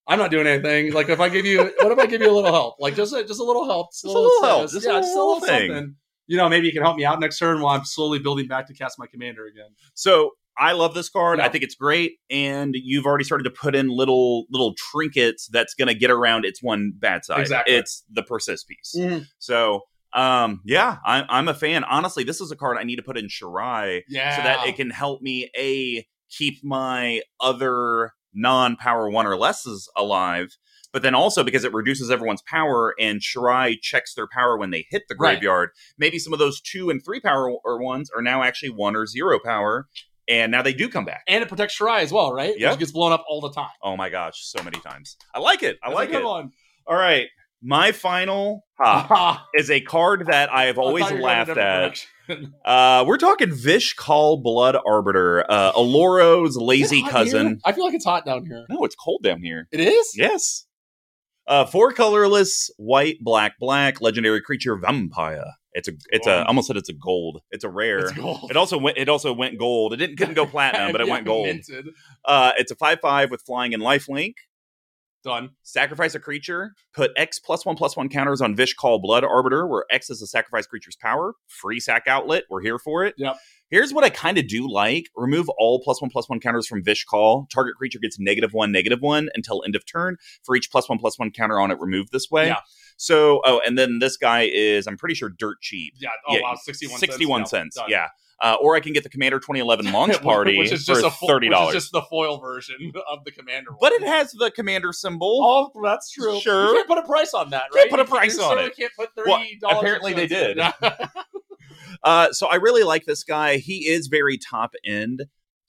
Speaker 2: I'm not doing anything. Like if I give you, what if I give you a little help? Like just a, just a little help,
Speaker 1: Just a little help,
Speaker 2: service.
Speaker 1: just a
Speaker 2: yeah,
Speaker 1: little
Speaker 2: just a little
Speaker 1: thing.
Speaker 2: something. You know, maybe you can help me out next turn while I'm slowly building back to cast my commander again.
Speaker 1: So I love this card.
Speaker 2: Yeah.
Speaker 1: I think it's great, and you've already started to put in little little trinkets that's going to get around its one bad side.
Speaker 2: Exactly. Mm.
Speaker 1: It's the persist piece. So um, yeah, I'm I'm a fan. Honestly, this is a card I need to put in Shirai
Speaker 2: Yeah.
Speaker 1: so that it can help me a keep my other non power one or lesses alive. But then also because it reduces everyone's power and Shirai checks their power when they hit the
Speaker 2: Right.
Speaker 1: graveyard. Maybe some of those two and three power or ones are now actually one or zero power, and now they do come back.
Speaker 2: and it protects Shirai as well, right?
Speaker 1: Yep.
Speaker 2: Which gets blown up all the time.
Speaker 1: Oh my gosh, so many times. I like it. I
Speaker 2: That's
Speaker 1: like
Speaker 2: a good
Speaker 1: it.
Speaker 2: One.
Speaker 1: All right, my final hop is a card that I have always laughed at. Uh, we're talking Vishkal Blood Arbiter, uh, Aloro's lazy cousin.
Speaker 2: I feel like it's hot down here.
Speaker 1: No, it's cold down here.
Speaker 2: It is.
Speaker 1: Yes. Uh, four colorless, white, black, black, legendary creature, vampire. It's a, it's a, I almost said it's a gold. It's a rare.
Speaker 2: It's gold.
Speaker 1: it also went, it also went gold. It didn't couldn't go platinum, but it
Speaker 2: Yeah,
Speaker 1: went gold.
Speaker 2: minted.
Speaker 1: Uh, it's a five five with flying and lifelink.
Speaker 2: Done.
Speaker 1: Sacrifice a creature. Put X plus one plus one counters on Vish Call Blood Arbiter, where X is a sacrifice creature's power. Free sack outlet. We're here for it.
Speaker 2: Yep.
Speaker 1: Here's what I kind of do like: remove all plus one plus one counters from Vish Call. Target creature gets negative one, negative one until end of turn. For each plus one plus one counter on it, removed this way.
Speaker 2: Yeah.
Speaker 1: So, oh, and then this guy is, I'm pretty sure, dirt cheap.
Speaker 2: Yeah. Oh
Speaker 1: Yeah,
Speaker 2: wow, sixty-one.
Speaker 1: 61
Speaker 2: cents.
Speaker 1: cents.
Speaker 2: Done.
Speaker 1: Yeah. Uh, or I can get the Commander 2011 launch party
Speaker 2: which is just
Speaker 1: for
Speaker 2: a fo-
Speaker 1: thirty dollars.
Speaker 2: Which is just the foil version of the commander. One.
Speaker 1: But it has the commander symbol.
Speaker 2: Oh, that's true.
Speaker 1: Sure.
Speaker 2: You can't put a price on that, right?
Speaker 1: Can't put a
Speaker 2: You
Speaker 1: price on
Speaker 2: certainly
Speaker 1: it.
Speaker 2: Can't put
Speaker 1: Well,
Speaker 2: thirty dollars.
Speaker 1: apparently they did.
Speaker 2: yeah,
Speaker 1: Uh, so I really like this guy. He is very top end,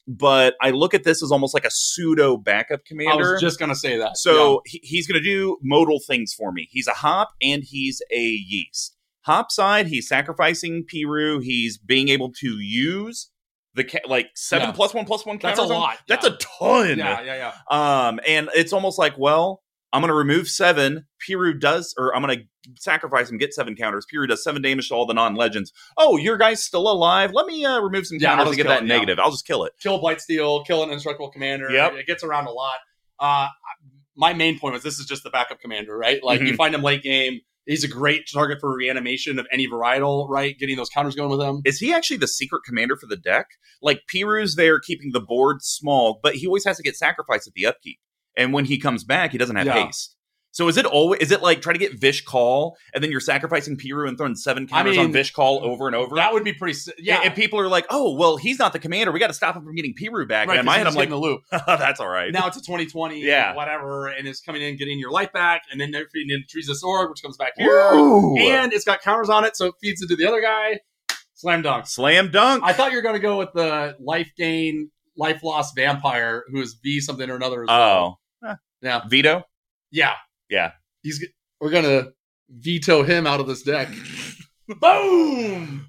Speaker 1: but I look at this as almost like a pseudo backup
Speaker 2: I
Speaker 1: commander.
Speaker 2: was just gonna say that.
Speaker 1: so he, he's going to do modal things for me. He's a hop and he's a yeast. Hop side, he's sacrificing Piru. He's being able to use the ca- like seven
Speaker 2: Yeah.
Speaker 1: plus one plus one.
Speaker 2: Yeah. that's a
Speaker 1: counters on-
Speaker 2: lot.
Speaker 1: That's
Speaker 2: yeah.
Speaker 1: a ton.
Speaker 2: Yeah, yeah, yeah.
Speaker 1: Um, and it's almost like, well, I'm going to remove seven. Piru does, or I'm going to sacrifice him, get seven counters. Piru does seven damage to all the non legends. Oh, your guy's still alive. Let me uh, remove some
Speaker 2: Yeah, I'll just
Speaker 1: counters to get
Speaker 2: kill
Speaker 1: that
Speaker 2: it, yeah.
Speaker 1: negative. I'll just kill it.
Speaker 2: Kill Blight Steel, kill an indestructible commander.
Speaker 1: Yep.
Speaker 2: It gets around a lot. Uh, my main point was this is just the backup commander, right? Like
Speaker 1: Mhm.
Speaker 2: you find him late game. He's a great target for reanimation of any varietal, right? Getting those counters going with him.
Speaker 1: Is he actually the secret commander for the deck? Like Piru's there keeping the board small, but he always has to get sacrificed at the upkeep. And when he comes back, he doesn't have
Speaker 2: Yeah.
Speaker 1: haste. So is it always is it like try to get Vish Call and then you're sacrificing Piru and throwing seven
Speaker 2: I
Speaker 1: counters on
Speaker 2: mean,
Speaker 1: Vish Call over and over?
Speaker 2: That would be pretty. si-
Speaker 1: Yeah.
Speaker 2: Yeah,
Speaker 1: And people are like, oh, well, he's not the commander. We got to stop him from getting Piru back.
Speaker 2: right,
Speaker 1: and in my
Speaker 2: 'cause
Speaker 1: head, I'm
Speaker 2: he's
Speaker 1: like, "Oh,
Speaker 2: in the loop.
Speaker 1: that's all right.
Speaker 2: now it's a 2020,
Speaker 1: Yeah.
Speaker 2: whatever, and it's coming in, getting your life back, and then they're feeding into Trees of Sorg, which comes back here,
Speaker 1: Woo!
Speaker 2: and it's got counters on it, so it feeds into the other guy. Slam dunks.
Speaker 1: Slam dunk.
Speaker 2: I thought you were going to go with the life gain, life loss vampire, who is V something or another. As well.
Speaker 1: oh.
Speaker 2: Yeah.
Speaker 1: Veto?
Speaker 2: yeah,
Speaker 1: Yeah.
Speaker 2: He's g- we're gonna veto him out of this deck. Boom.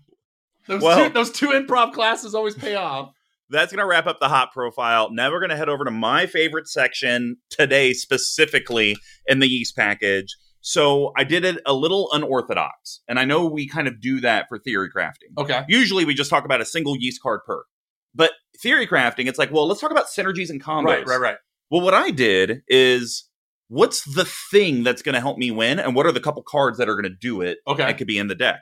Speaker 2: Those,
Speaker 1: Well-
Speaker 2: two, those two improv classes always pay off.
Speaker 1: That's going to wrap up the hot profile. Now we're going to head over to my favorite section today, specifically in the yeast package. So I did it a little unorthodox. And I know we kind of do that for theory crafting.
Speaker 2: Okay.
Speaker 1: Usually we just talk about a single yeast card per. But theory crafting, it's like, well, let's talk about synergies and combos.
Speaker 2: Right, right, right.
Speaker 1: Well, what I did is what's the thing that's going to help me win, and what are the couple cards that are going to do it
Speaker 2: Okay.
Speaker 1: that could be in the deck?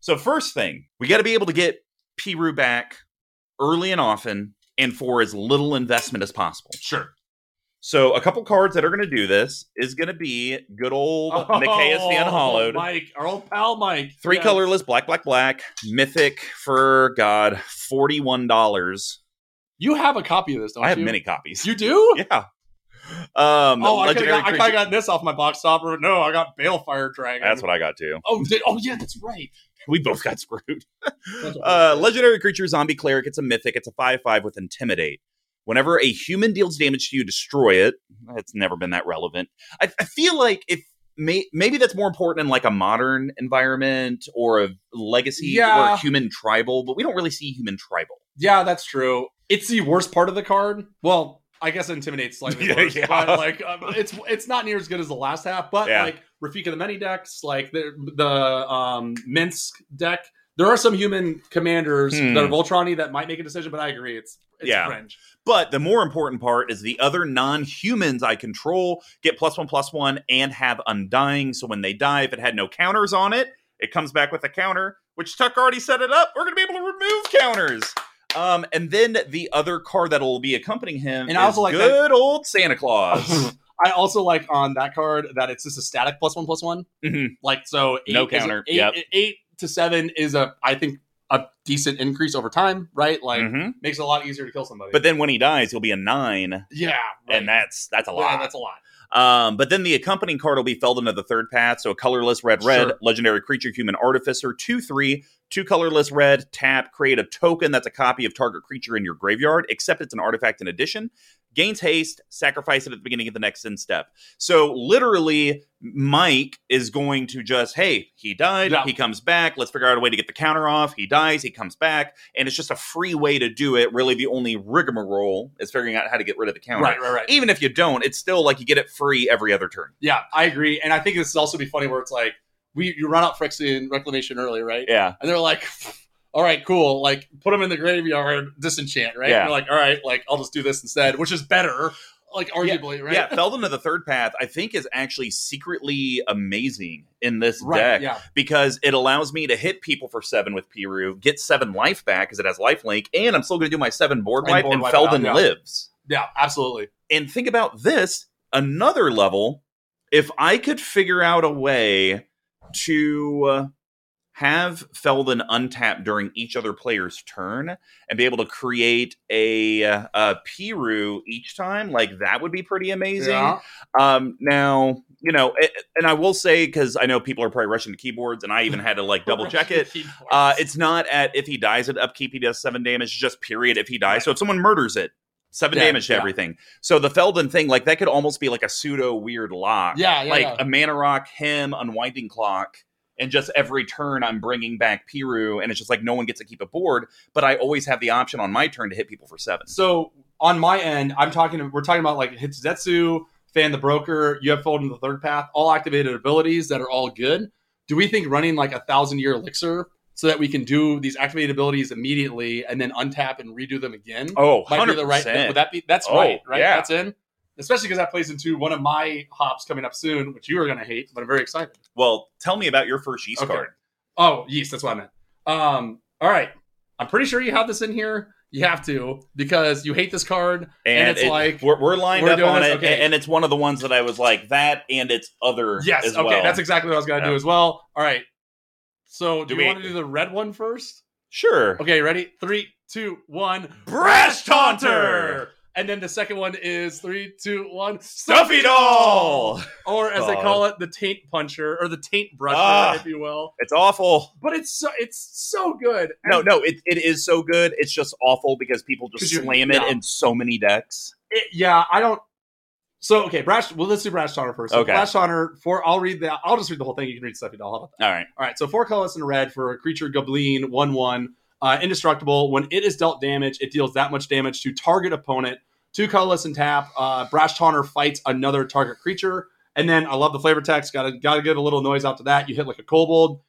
Speaker 1: So, first thing, we got to be able to get Piru back early and often and for as little investment as possible.
Speaker 2: Sure.
Speaker 1: So, a couple cards that are going to do this is going to be good old
Speaker 2: Oh,
Speaker 1: Nicaeus the Unhollowed.
Speaker 2: Mike, our old pal Mike.
Speaker 1: Three
Speaker 2: Yes.
Speaker 1: colorless, black, black, black, mythic for God, $41.
Speaker 2: You have a copy of this, don't you?
Speaker 1: I have many copies.
Speaker 2: You do?
Speaker 1: Yeah. Um,
Speaker 2: oh, I could have
Speaker 1: legendary
Speaker 2: got, I
Speaker 1: creature-
Speaker 2: coulda gotten this off my box topper. No, I got Balefire Dragon.
Speaker 1: That's what I got too.
Speaker 2: Oh, did, oh yeah, that's right.
Speaker 1: we both got screwed.
Speaker 2: That's what-
Speaker 1: Uh, legendary creature, zombie cleric. It's a mythic. It's a 5 5 with intimidate. Whenever a human deals damage to you, destroy it. That's never been that relevant. I, I feel like if may, maybe that's more important in like a modern environment or a legacy
Speaker 2: Yeah.
Speaker 1: or human tribal, but we don't really see human tribal.
Speaker 2: Yeah, that's true. It's the worst part of the card. Well, I guess intimidates slightly.
Speaker 1: Yeah,
Speaker 2: worse,
Speaker 1: yeah.
Speaker 2: But, like um, it's it's not near as good as the last half. But
Speaker 1: Yeah.
Speaker 2: like Rafika the many decks, like the the um, Minsk deck, there are some human commanders
Speaker 1: Hmm.
Speaker 2: that are Voltron that might make a decision. But I agree, it's it's
Speaker 1: Yeah.
Speaker 2: fringe.
Speaker 1: But the more important part is the other non humans I control get plus one plus one and have undying. So when they die, if it had no counters on it, it comes back with a counter, which Tuck already set it up. We're going to be able to remove counters. Um, and then the other card that'll be accompanying him
Speaker 2: And I also
Speaker 1: is
Speaker 2: like that-
Speaker 1: good old Santa Claus.
Speaker 2: I also like on that card that it's just a static plus one plus one.
Speaker 1: Mhm.
Speaker 2: Like so, eight
Speaker 1: No
Speaker 2: is a-
Speaker 1: counter.
Speaker 2: eight,
Speaker 1: Yep.
Speaker 2: eight to seven is a I think a decent increase over time. Right, like
Speaker 1: Mhm.
Speaker 2: makes it a lot easier to kill somebody.
Speaker 1: But then when he dies, he'll be a nine,
Speaker 2: yeah, right.
Speaker 1: and that's that's a lot.
Speaker 2: Yeah, that's a lot.
Speaker 1: Um, but then the accompanying card will be felled into the third path. So a colorless red, red,
Speaker 2: Sure.
Speaker 1: legendary creature, human artificer, two, three, two colorless red, tap, create a token that's a copy of target creature in your graveyard, except it's an artifact in addition. Gains haste, sacrifice it at the beginning of the next end step. So literally, Mike is going to just, hey, he died,
Speaker 2: Yeah.
Speaker 1: he comes back, let's figure out a way to get the counter off. He dies, he comes back, and it's just a free way to do it. Really, the only rigmarole is figuring out how to get rid of the counter
Speaker 2: Right, right, right.
Speaker 1: even if you don't, it's still like you get it free every other turn.
Speaker 2: Yeah, I agree. And I think this is also be funny where it's like we you run out Frixian Reclamation early, right?
Speaker 1: Yeah.
Speaker 2: And they're like, all right, cool. Like put them in the graveyard, disenchant, right?
Speaker 1: Yeah.
Speaker 2: And you're like, all right, like I'll just do this instead, which is better. like arguably, right?
Speaker 1: Yeah, Feldon of the Third Path, I think, is actually secretly amazing in this
Speaker 2: Right.
Speaker 1: deck
Speaker 2: Yeah.
Speaker 1: because it allows me to hit people for seven with Piru, get seven life back because it has life link, and I'm still going to do my seven board
Speaker 2: And
Speaker 1: wipe,
Speaker 2: board
Speaker 1: and
Speaker 2: wipe
Speaker 1: Feldon
Speaker 2: out, yeah.
Speaker 1: lives.
Speaker 2: Yeah. Absolutely.
Speaker 1: And think about this another level. If I could figure out a way to uh, have Feldon untap during each other player's turn and be able to create a, uh, a Piru each time, like that would be pretty amazing.
Speaker 2: Yeah.
Speaker 1: Um, now, you know, it, and I will say because I know people are probably rushing to keyboards, and I even had to like double check it. Uh, it's not at if he dies at upkeep, he does seven damage. Just period. If he dies, so if someone murders it, seven
Speaker 2: Yeah,
Speaker 1: damage to
Speaker 2: yeah.
Speaker 1: everything. So the Felden thing, like that, could almost be like a pseudo weird lock,
Speaker 2: yeah. Yeah.
Speaker 1: like
Speaker 2: yeah.
Speaker 1: a mana rock, him unwinding clock. And just every turn, I'm bringing back Piru, and it's just like no one gets to keep a board, but I always have the option on my turn to hit people for seven.
Speaker 2: So on my end, I'm talking. We're talking about like Hitsuzetsu, Fan the Broker, you have Folding the Third Path, all activated abilities that are all good. Do we think running like a thousand year elixir so that we can do these activated abilities immediately and then untap and redo them again?
Speaker 1: Oh,
Speaker 2: might
Speaker 1: 100%.
Speaker 2: be the right. Would that be that's
Speaker 1: Oh,
Speaker 2: right, right?
Speaker 1: yeah.
Speaker 2: That's in. Especially because that plays into one of my hops coming up soon, which you are going to hate, but I'm very excited.
Speaker 1: Well, tell me about your first yeast
Speaker 2: Okay.
Speaker 1: card.
Speaker 2: Oh, yeast. That's what I meant. Um, all right. I'm pretty sure you have this in here. You have to because you hate this card.
Speaker 1: and,
Speaker 2: it's
Speaker 1: it-
Speaker 2: like-
Speaker 1: we're, we're lined
Speaker 2: we're
Speaker 1: up
Speaker 2: doing
Speaker 1: on
Speaker 2: this?
Speaker 1: it,
Speaker 2: Okay.
Speaker 1: and it's one of the ones that I was like that, and it's other.
Speaker 2: Yes.
Speaker 1: as
Speaker 2: okay.
Speaker 1: well.
Speaker 2: That's exactly what I was gonna
Speaker 1: Yeah.
Speaker 2: do as well. All right. So do,
Speaker 1: Do
Speaker 2: you
Speaker 1: we-
Speaker 2: want to do the red one first?
Speaker 1: sure.
Speaker 2: Okay. Ready? Three, two, one.
Speaker 1: Brash
Speaker 2: And then the second one is three, two, one.
Speaker 1: stuffy doll.
Speaker 2: or as they
Speaker 1: God.
Speaker 2: call it, the taint puncher or the taint brusher,
Speaker 1: Ah.
Speaker 2: if you will.
Speaker 1: It's awful.
Speaker 2: But it's so it's so good.
Speaker 1: No,
Speaker 2: And
Speaker 1: no, it, it is so good. It's just awful because people just
Speaker 2: Could you-
Speaker 1: slam it
Speaker 2: no.
Speaker 1: in so many decks.
Speaker 2: it- yeah, I don't. So okay, Brash. Well, let's do Brash Donner first. So
Speaker 1: Okay.
Speaker 2: Brash Donner. For I'll read that. I'll just read the whole thing. You can read Stuffy Doll. How about that?
Speaker 1: All right.
Speaker 2: All right, so four colorless and a red for a creature Gobleen, 1 1, uh, indestructible. When it is dealt damage, it deals that much damage to target opponent. Two colorless and tap. Uh, Brash Tawner fights another target creature. And then I love the flavor text. Gotta, gotta give a little noise out to that. You hit like a kobold.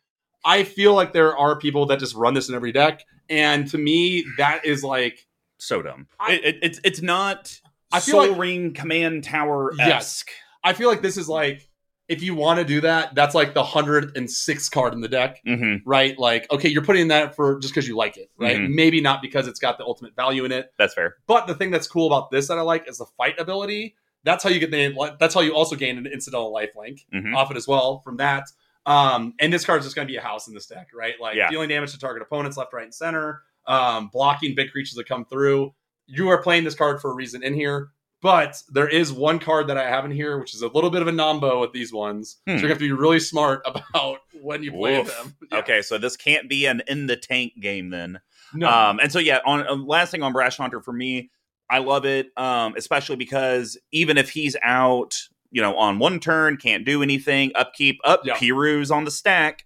Speaker 2: I feel like there are people that just run this in every deck. And to me, that is like,
Speaker 1: So dumb.
Speaker 2: I-
Speaker 1: it, it, it's it's not.
Speaker 2: I feel
Speaker 1: Soul
Speaker 2: like-
Speaker 1: Ring Command Tower esque.
Speaker 2: I feel like this is like, if you want to do that, that's like the 106th card in the deck.
Speaker 1: Mm-hmm.
Speaker 2: right? Like, okay, you're putting that for just because you like it, right?
Speaker 1: Mhm.
Speaker 2: Maybe not because it's got the ultimate value in it.
Speaker 1: That's fair.
Speaker 2: But the thing that's cool about this that I like is the fight ability. That's how you get the. That's how you also gain an incidental life link
Speaker 1: Mhm.
Speaker 2: off it as well from that. Um, and this card's just going to be a house in this deck, right? Like
Speaker 1: Yeah.
Speaker 2: dealing damage to target opponents left, right, and center, um, blocking big creatures that come through. You are playing this card for a reason in here, but there is one card that I have in here, which is a little bit of a nombo with these ones.
Speaker 1: Hmm.
Speaker 2: So you have to be really smart about when you play
Speaker 1: Woof.
Speaker 2: them. Yeah.
Speaker 1: Okay, so this can't be an in the tank game then.
Speaker 2: No.
Speaker 1: Um, and so yeah, on uh, last thing on Brash Hunter for me, I love it, um, especially because even if he's out, you know, on one turn, can't do anything, upkeep up,
Speaker 2: Yeah.
Speaker 1: Piru's on the stack.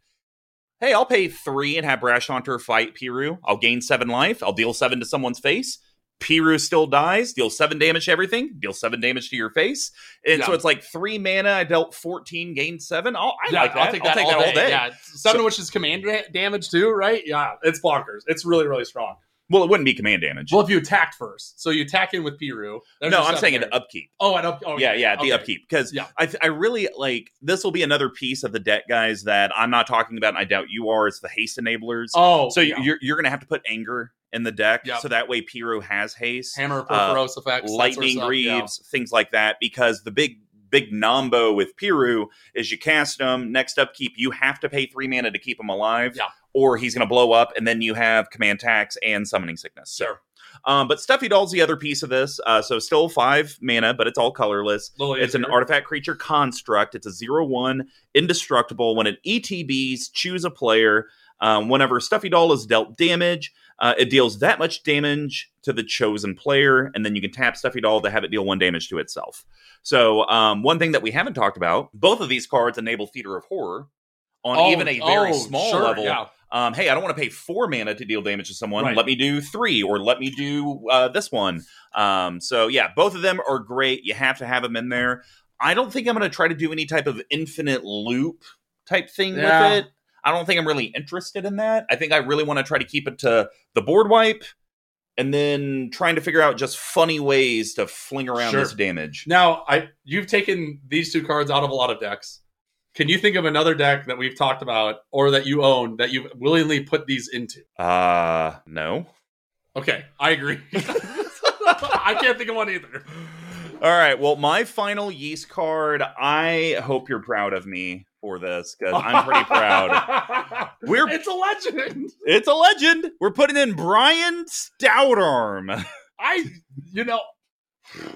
Speaker 1: Hey, I'll pay three and have Brash Hunter fight Piru. I'll gain seven life. I'll deal seven to someone's face. Piru still dies. Deal seven damage to everything. Deal seven damage to your face. And so
Speaker 2: Yeah.
Speaker 1: it's like three mana. I dealt fourteen, gained seven. I'll, I
Speaker 2: yeah,
Speaker 1: like that.
Speaker 2: I'll take that, all, day. Yeah, seven, which is command da- damage too, right? Yeah, it's bonkers. It's really, really strong.
Speaker 1: Well, it wouldn't be command damage.
Speaker 2: Well, if you attacked first, so you attack in with Piru. There's
Speaker 1: no,
Speaker 2: your
Speaker 1: I'm
Speaker 2: seven
Speaker 1: saying
Speaker 2: there.
Speaker 1: an upkeep.
Speaker 2: Oh, and up. Oh,
Speaker 1: yeah, yeah, the
Speaker 2: okay.
Speaker 1: upkeep because
Speaker 2: Yeah.
Speaker 1: I, I really like this will be another piece of the deck, guys, that I'm not talking about, and I doubt you are. It's the haste enablers.
Speaker 2: Oh,
Speaker 1: so
Speaker 2: yeah.
Speaker 1: you're you're gonna have to put anger in the deck,
Speaker 2: Yeah.
Speaker 1: so that way Piru has haste,
Speaker 2: hammer
Speaker 1: uh,
Speaker 2: Perforos effects, that
Speaker 1: lightning
Speaker 2: sort of stuff, yeah.
Speaker 1: greaves, things like that. Because the big big nombo with Piru is you cast him next upkeep, you have to pay three mana to keep him alive,
Speaker 2: Yeah.
Speaker 1: or he's gonna blow up, and then you have command tax and summoning sickness. So.
Speaker 2: Sure.
Speaker 1: Um, but Stuffy Doll's the other piece of this. Uh, so still five mana, but it's all colorless.
Speaker 2: Lily
Speaker 1: It's
Speaker 2: is
Speaker 1: an
Speaker 2: here.
Speaker 1: artifact creature construct. It's a zero one indestructible. When it ETBs, choose a player. Um, whenever Stuffy Doll is dealt damage, uh, it deals that much damage to the chosen player, and then you can tap Stuffy Doll to have it deal one damage to itself. So, um, one thing that we haven't talked about: both of these cards enable Theater of Horror on
Speaker 2: Oh,
Speaker 1: even a very
Speaker 2: oh,
Speaker 1: small
Speaker 2: sure,
Speaker 1: level
Speaker 2: Yeah.
Speaker 1: um, hey, I don't want to pay four mana to deal damage to someone.
Speaker 2: Right.
Speaker 1: Let me do three, or let me do uh, this one. Um, so yeah, both of them are great. You have to have them in there. I don't think I'm going to try to do any type of infinite loop type thing
Speaker 2: Yeah.
Speaker 1: with it. I don't think I'm really interested in that. I think I really want to try to keep it to the board wipe, and then trying to figure out just funny ways to fling around
Speaker 2: Sure.
Speaker 1: this damage.
Speaker 2: Now, I you've taken these two cards out of a lot of decks. Can you think of another deck that we've talked about or that you own that you've willingly put these into?
Speaker 1: Uh, no.
Speaker 2: Okay, I agree. I can't think of one either.
Speaker 1: All right. Well, my final yeast card. I hope you're proud of me for this because I'm pretty proud. We're
Speaker 2: It's a legend.
Speaker 1: it's a legend. We're putting in Brian Stoutarm,
Speaker 2: I, you know,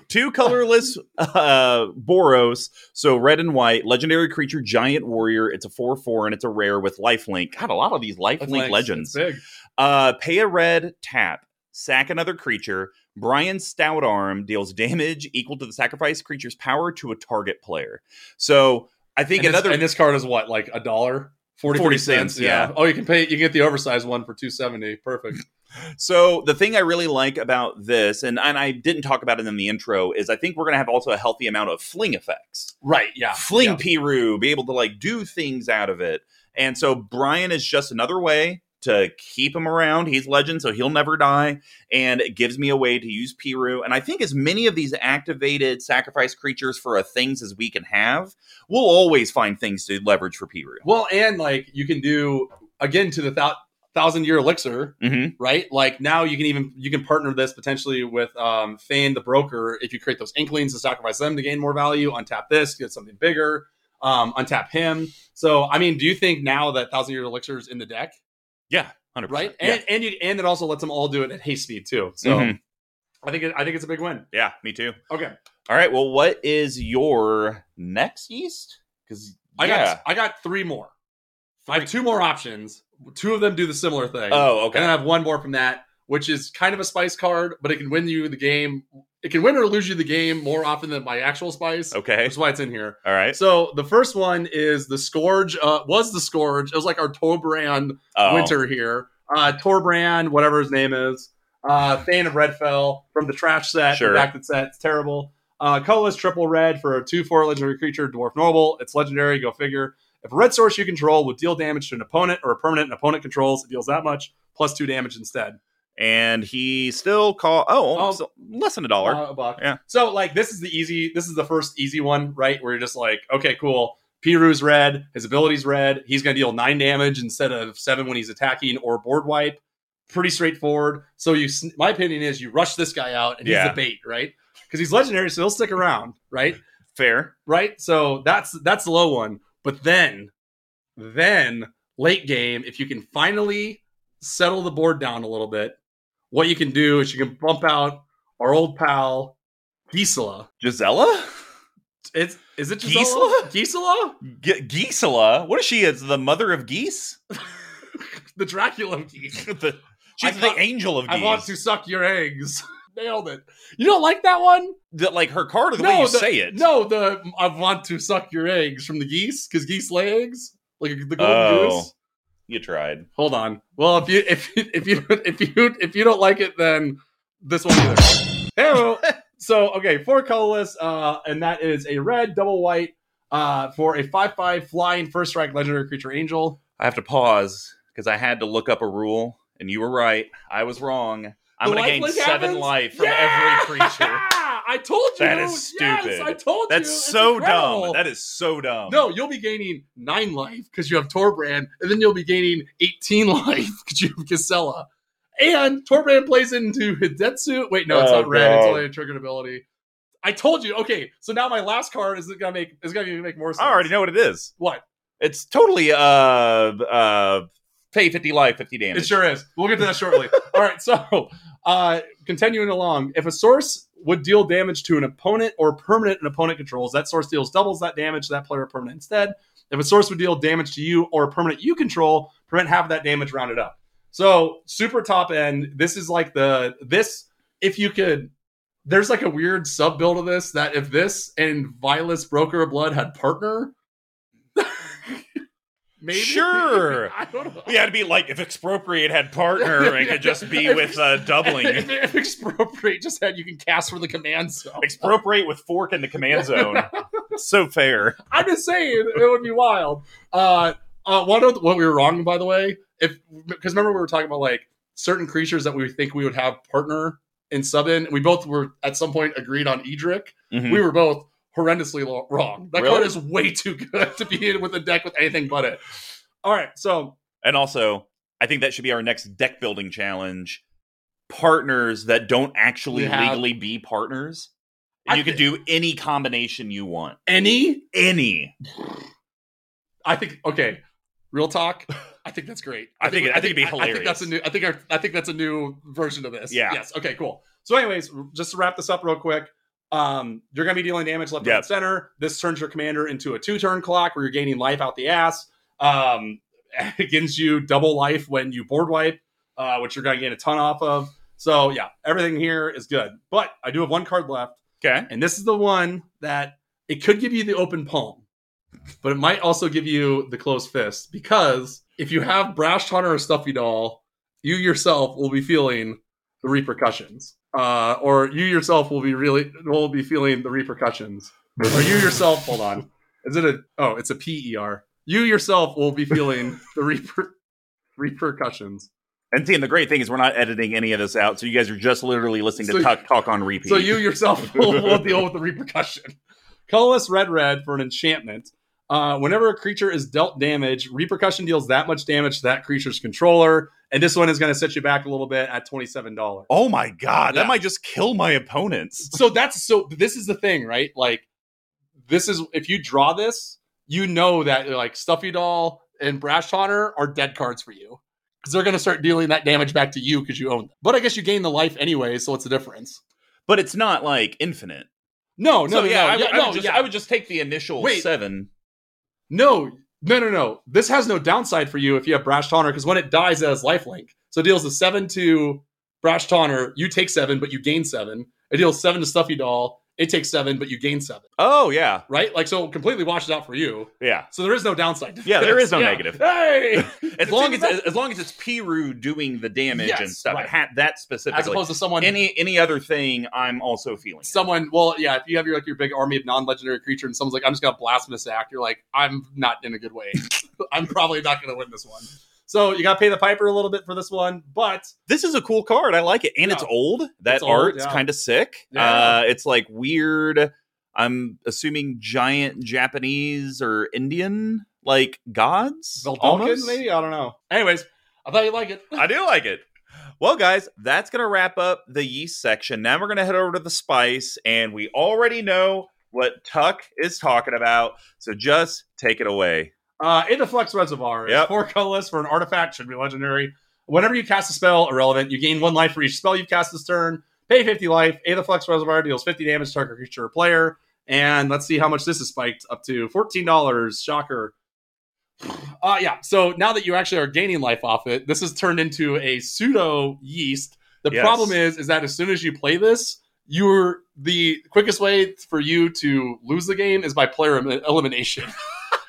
Speaker 1: two colorless uh, Boros, so red and white, legendary creature, giant warrior. It's a four four and it's a rare with lifelink. God, a lot of these lifelink
Speaker 2: like,
Speaker 1: legends.
Speaker 2: it's Big.
Speaker 1: Uh, pay a red tap, sack another creature. Brian Stoutarm deals damage equal to the sacrifice creature's power to a target player. So I think
Speaker 2: And,
Speaker 1: another
Speaker 2: this, and this card is what, like a dollar? 40, 40 cents,
Speaker 1: cents, yeah.
Speaker 2: Oh, you can pay, you can get the oversized one for 270 Perfect.
Speaker 1: So the thing I really like about this, and, and I didn't talk about it in the intro, is I think we're gonna have also a healthy amount of fling effects.
Speaker 2: Right, yeah.
Speaker 1: Fling
Speaker 2: Uh, Yeah.
Speaker 1: Piru, be able to like do things out of it. And so Brian is just another way to keep him around. He's legend, so he'll never die. And it gives me a way to use Piru. And I think as many of these activated sacrifice creatures for a things as we can have, we'll always find things to leverage for Piru.
Speaker 2: Well, and like you can do again to the thou- thousand year elixir,
Speaker 1: Mm-hmm.
Speaker 2: right? Like now you can even you can partner this potentially with um Fane the broker if you create those inklings and sacrifice them to gain more value, untap this, get something bigger, um, untap him. So I mean, do you think now that thousand year elixir is in the deck,
Speaker 1: Yeah, 100%.
Speaker 2: right?
Speaker 1: Yeah.
Speaker 2: And and you and it also lets them all do it at haste speed too. So
Speaker 1: Mhm.
Speaker 2: I think it, I think it's a big win.
Speaker 1: yeah, me too.
Speaker 2: Okay.
Speaker 1: All right. Well, what is your next yeast? Because
Speaker 2: I got I got three more. I have two more options. Two of them do the similar thing.
Speaker 1: Oh,
Speaker 2: And
Speaker 1: okay.
Speaker 2: then I have one more from that, which is kind of a spice card, but it can win you the game. It can win or lose you the game more often than my actual spice.
Speaker 1: Okay.
Speaker 2: That's why it's in here.
Speaker 1: All right.
Speaker 2: So the first one is the Scourge, uh, was the Scourge. It was like our Torbran
Speaker 1: Oh,
Speaker 2: winter here. Uh, Torbran, whatever his name is. Uh, Thane of Redfell from the trash set,
Speaker 1: Sure.
Speaker 2: redacted set. It's terrible. Uh, colorless triple red for a 2 4 legendary creature, Dwarf Noble. It's legendary, go figure. If a red source you control would deal damage to an opponent or a permanent an opponent controls, it deals that much, plus two damage instead.
Speaker 1: And he still call. Oh,
Speaker 2: Oh.
Speaker 1: so less than a dollar.
Speaker 2: Uh, a buck.
Speaker 1: Yeah.
Speaker 2: So like this is the easy. This is the first easy one, right? Where you're just like, okay, cool. Piru's red. His ability's red. He's gonna deal nine damage instead of seven when he's attacking or board wipe. Pretty straightforward. So you, sn- my opinion is, you rush this guy out and he's
Speaker 1: Yeah.
Speaker 2: the bait, right? Because he's legendary, so he'll stick around, right?
Speaker 1: Fair.
Speaker 2: Right. So that's that's the low one. But then, then late game, if you can finally settle the board down a little bit, what you can do is you can bump out our old pal Gisela.
Speaker 1: Gisela.
Speaker 2: It's is it Gisela? Gisela?
Speaker 1: G- Gisela. What is she? Is the mother of geese?
Speaker 2: the Dracula of geese.
Speaker 1: The-
Speaker 2: I
Speaker 1: she's
Speaker 2: want-
Speaker 1: the angel of
Speaker 2: I want to
Speaker 1: geese.
Speaker 2: suck your eggs. Nailed it. You don't like that one?
Speaker 1: The- like her card or the
Speaker 2: No,
Speaker 1: way you
Speaker 2: the-
Speaker 1: say it.
Speaker 2: No, the I want to suck your eggs from the geese because geese lay eggs like the golden
Speaker 1: Oh.
Speaker 2: goose.
Speaker 1: You tried.
Speaker 2: Hold on. Well, if you if if you if you if you don't like it, then this one either. Hello. so okay, four colorless, uh, and that is a red, double white, uh, for a five-five flying first strike legendary creature angel.
Speaker 1: I have to pause because I had to look up a rule, and you were right. I was wrong. I'm
Speaker 2: The
Speaker 1: going to gain
Speaker 2: lifelink
Speaker 1: seven
Speaker 2: happens?
Speaker 1: life from
Speaker 2: Yeah!
Speaker 1: every creature.
Speaker 2: I told you
Speaker 1: That is
Speaker 2: Yes,
Speaker 1: stupid.
Speaker 2: I told you.
Speaker 1: That's
Speaker 2: It's
Speaker 1: so
Speaker 2: incredible.
Speaker 1: dumb. That is so dumb.
Speaker 2: no, you'll be gaining nine life because you have Torbrand, and then you'll be gaining 18 life because you have Casella. And Torbrand plays into Hidetsu. Wait, no, it's
Speaker 1: Oh,
Speaker 2: not red. It's
Speaker 1: God.
Speaker 2: only a triggered ability. I told you. Okay, so now my last card is gonna make is gonna make more sense.
Speaker 1: I already know what it is.
Speaker 2: What?
Speaker 1: It's totally uh uh pay fifty life, fifty damage.
Speaker 2: It sure is. We'll get to that shortly. All right, so uh, continuing along, if a source would deal damage to an opponent or permanent an opponent controls, that source deals doubles that damage to that player or permanent instead. If a source would deal damage to you or a permanent you control, prevent half of that damage rounded up. So super top end. This is like the this if you could. There's like a weird sub build of this that if this and Vilas Broker of Blood had partner, maybe
Speaker 1: Sure.
Speaker 2: I don't know.
Speaker 1: Yeah, it'd be like if expropriate had partner and could just be with uh,
Speaker 2: if,
Speaker 1: doubling.
Speaker 2: if expropriate just had you can cast for the command zone.
Speaker 1: expropriate with fork in the command zone. so fair.
Speaker 2: I'm just saying it would be wild. Uh, uh, one of the, what we were wrong by the way, if because remember we were talking about like certain creatures that we think we would have partner and sub in. We both were at some point agreed on Edric.
Speaker 1: Mhm.
Speaker 2: We were both horrendously lo- wrong. That
Speaker 1: Really?
Speaker 2: card is way too good to be in with a deck with anything but it. All right, so
Speaker 1: And also, I think that should be our next deck building challenge. Partners that don't actually
Speaker 2: We have-
Speaker 1: legally be partners.
Speaker 2: I
Speaker 1: you could do any combination you want.
Speaker 2: any,
Speaker 1: Any.
Speaker 2: I think, okay, real talk. I think that's great.
Speaker 1: I think it- I think it'd be
Speaker 2: I think that's a new. I think our, I think that's a new version of this.
Speaker 1: Yeah.
Speaker 2: Yes. Okay. Cool. So, anyways, r- just to wrap this up real quick, um, you're gonna be dealing damage left, right,
Speaker 1: Yep.
Speaker 2: and center. This turns your commander into a two-turn clock where you're gaining life out the ass. Um, it gives you double life when you board wipe, uh, which you're gonna gain a ton off of. So yeah, everything here is good. But I do have one card left.
Speaker 1: Okay.
Speaker 2: And this is the one that it could give you the open palm, but it might also give you the closed fist because if you have Brash Hunter or Stuffy Doll, you yourself will be feeling the repercussions. Uh, or you yourself will be really will be feeling the repercussions. Or you yourself, hold on. Is it a oh, it's a P E R. You yourself will be feeling the reper, repercussions.
Speaker 1: And see, and the great thing is we're not editing any of this out, so you guys are just literally listening
Speaker 2: So-
Speaker 1: to talk, talk on repeat.
Speaker 2: So you yourself will, will deal with the repercussion. Colorless red red for an enchantment. Uh, whenever a creature is dealt damage, repercussion deals that much damage to that creature's controller, and this one is going to set you back a little bit at twenty seven dollars.
Speaker 1: oh my god,
Speaker 2: Yeah.
Speaker 1: that might just kill my opponents.
Speaker 2: So that's so. This is the thing, right? Like, this is if you draw this, you know that like Stuffy Doll and Brash Hunter are dead cards for you because they're going to start dealing that damage back to you because you own them. But I guess you gain the life anyway, so what's the difference?
Speaker 1: But it's not like infinite.
Speaker 2: No, no,
Speaker 1: so
Speaker 2: no,
Speaker 1: yeah,
Speaker 2: no,
Speaker 1: I, would- I
Speaker 2: no,
Speaker 1: would just,
Speaker 2: yeah.
Speaker 1: I would just take the initial
Speaker 2: Wait.
Speaker 1: seven.
Speaker 2: No, no, no, no. This has no downside for you if you have Brash Tawner, because when it dies, it has lifelink. So it deals a 7 to Brash Tawner. You take 7, but you gain 7. It deals 7 to Stuffy Doll. It takes 7, but you gain 7.
Speaker 1: Oh yeah,
Speaker 2: Right? Like, so it completely washes out for you.
Speaker 1: yeah,
Speaker 2: So there is no downside. to
Speaker 1: yeah. There
Speaker 2: this.
Speaker 1: is no
Speaker 2: Yeah.
Speaker 1: negative.
Speaker 2: Hey!
Speaker 1: As long
Speaker 2: even
Speaker 1: as as long as it's Piru doing the damage
Speaker 2: Yes,
Speaker 1: and stuff,
Speaker 2: right.
Speaker 1: it ha- that specifically.
Speaker 2: As opposed to someone.
Speaker 1: any any other thing, I'm also feeling. it.
Speaker 2: Someone, well, yeah. If you have your like your big army of non-legendary creature, and someone's like, "I'm just gonna blasphemous act," you're like, "I'm not in a good way. I'm probably not gonna win this one." So you gotta pay the piper a little bit for this one, but
Speaker 1: This is a cool card. I like it, and it's
Speaker 2: Yeah.
Speaker 1: old. That
Speaker 2: It's old,
Speaker 1: art's
Speaker 2: yeah.
Speaker 1: kind of sick.
Speaker 2: Yeah.
Speaker 1: Uh, it's like weird. I'm assuming giant Japanese or Indian like gods.
Speaker 2: Veldalkin,
Speaker 1: almost?
Speaker 2: maybe? I don't know. Anyways, I thought you'd like it.
Speaker 1: I do like it. Well, guys, that's going to wrap up the yeast section. Now we're going to head over to the spice, and we already know what Tuck is talking about. So just take it away.
Speaker 2: Uh, in the Flux Reservoir,
Speaker 1: Yep.
Speaker 2: it's four colorless for an artifact, should be legendary. Whenever you cast a spell, irrelevant, you gain one life for each spell you cast this turn. Pay 50 life. Aether Flux Reservoir deals 50 damage to target creature or player. And let's see how much this is spiked up to $14. Shocker. Uh, yeah, so now that you actually are gaining life off it, this has turned into a pseudo yeast. The
Speaker 1: Yes.
Speaker 2: problem is, is that as soon as you play this, you're the quickest way for you to lose the game is by player em- elimination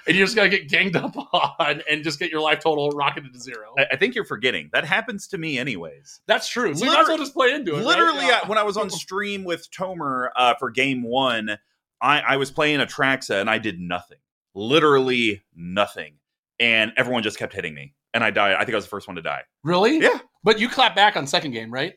Speaker 2: and you're just gonna get ganged up on and just get your life total rocketed to zero.
Speaker 1: I, I think you're forgetting. That happens to me, anyways.
Speaker 2: That's true. So you might as well just play into it. right?
Speaker 1: Literally,
Speaker 2: Yeah.
Speaker 1: I, when I was on stream with Tomer uh, for game one, I, I was playing Atraxa and I did nothing. Literally nothing. And everyone just kept hitting me. And I died. I think I was the first one to die.
Speaker 2: really?
Speaker 1: Yeah.
Speaker 2: But you clap back on second game, right?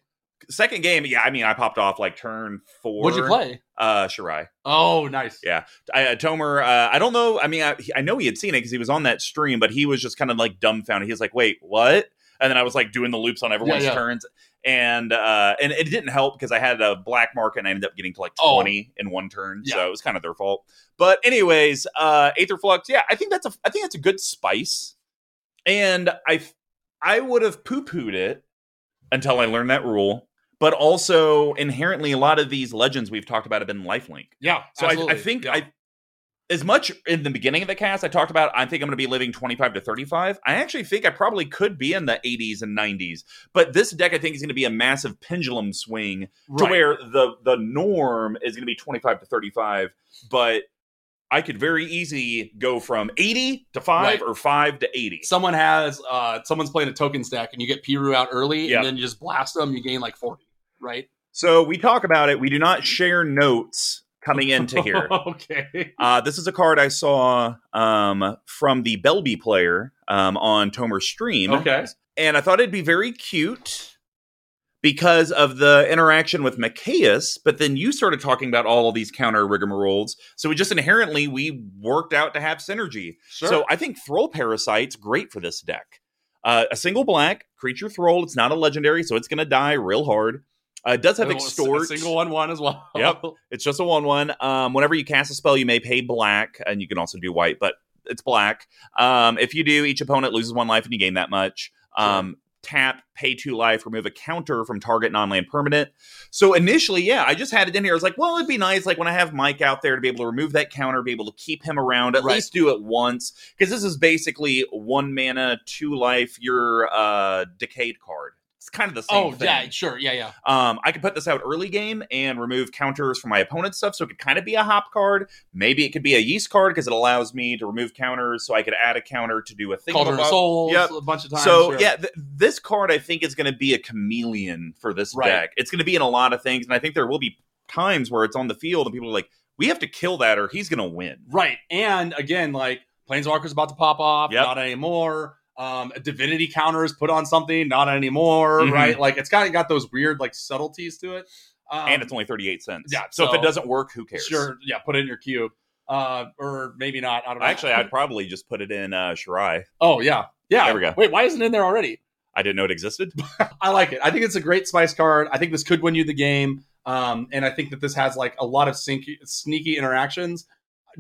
Speaker 1: Second game, yeah, I mean, I popped off like turn four.
Speaker 2: What'd you play?
Speaker 1: Uh, Shirai.
Speaker 2: Oh, nice.
Speaker 1: Yeah. I, uh, Tomer, uh, I don't know. I mean, I, he- I know he had seen it because he was on that stream, but he was just kind of like dumbfounded. He was like, "Wait, what?" And then I was like doing the loops on everyone's
Speaker 2: yeah.
Speaker 1: turns, and uh, and it didn't help because I had a black mark and I ended up getting to like
Speaker 2: Oh.
Speaker 1: twenty in one turn,
Speaker 2: Yeah.
Speaker 1: so it was kind of their fault. But anyways, uh, Aether Flux, yeah, I think that's a I think that's a good spice, and I I would have poo pooed it until I learned that rule. But also inherently, a lot of these legends we've talked about have been lifelink.
Speaker 2: Yeah.
Speaker 1: So I, I
Speaker 2: absolutely.
Speaker 1: think
Speaker 2: Yeah.
Speaker 1: I, as much in the beginning of the cast, I talked about. I think I'm going to be living 25 to 35. I actually think I probably could be in the 80s and 90s. But this deck, I think, is going to be a massive pendulum swing
Speaker 2: Right.
Speaker 1: to where the the norm is going to be 25 to 35. But I could very easy go from 80 to five
Speaker 2: Right.
Speaker 1: or five to 80.
Speaker 2: someone has uh someone's playing a token stack and you get Piru out early
Speaker 1: Yeah.
Speaker 2: and then you just blast them, you gain like forty, right?
Speaker 1: So we talk about it. We do not share notes coming into here.
Speaker 2: okay.
Speaker 1: Uh, this is a card I saw um, from the Belby player um, on Tomer's stream.
Speaker 2: Okay.
Speaker 1: and I thought it'd be very cute because of the interaction with Macias, but then you started talking about all of these counter rigmaroles. So we just inherently we worked out to have synergy.
Speaker 2: Sure.
Speaker 1: So I think Throll Parasite's great for this deck. Uh, a single black creature Throll. It's not a legendary, so it's gonna die real hard. Uh, it does have
Speaker 2: Oh, a
Speaker 1: extort.
Speaker 2: single one one as well. Oh,
Speaker 1: Yep. It's just a one one. Um, whenever you cast a spell, you may pay black, and you can also do white, but it's black. Um, if you do, each opponent loses one life, and you gain that much. Um, Tap, pay two life, remove a counter from target non-land permanent. So initially, yeah, I just had it in here. I was like, well, it'd be nice, like when I have Mike out there to be able to remove that counter, be able to keep him around, at
Speaker 2: Right.
Speaker 1: least do it once, because this is basically one mana, two life, your uh, decayed card. It's kind of the same.
Speaker 2: Oh
Speaker 1: thing.
Speaker 2: yeah, sure, yeah, yeah.
Speaker 1: Um, I could put this out early game and remove counters from my opponent's stuff, so it could kind of be a hop card. Maybe it could be a yeast card because it allows me to remove counters, so I could add a counter to do a thing.
Speaker 2: Cauldron of Souls,
Speaker 1: Yep.
Speaker 2: a bunch of times.
Speaker 1: So
Speaker 2: sure.
Speaker 1: yeah, th- this card I think is going to be a chameleon for this
Speaker 2: Right.
Speaker 1: deck. It's going to be in a lot of things, and I think there will be times where it's on the field and people are like, "We have to kill that, or he's going to win."
Speaker 2: Right. And again, like Planeswalker's about to pop off,
Speaker 1: Yep.
Speaker 2: not anymore. Um, a divinity counter is put on something, not anymore,
Speaker 1: Mhm.
Speaker 2: right? Like it's kind of got those weird like subtleties to it. Um,
Speaker 1: and it's only thirty-eight cents.
Speaker 2: yeah,
Speaker 1: So, if
Speaker 2: so-
Speaker 1: it doesn't work, who cares?
Speaker 2: sure, yeah, put it in your cube. Uh, or maybe not. I don't know.
Speaker 1: Actually, I'd probably just put it in uh, Shirai.
Speaker 2: oh yeah, yeah.
Speaker 1: There we go.
Speaker 2: Wait, why isn't it in there already?
Speaker 1: I didn't know it existed.
Speaker 2: I like it. I think it's a great spice card. I think this could win you the game. Um, and I think that this has like a lot of sneaky, sneaky interactions.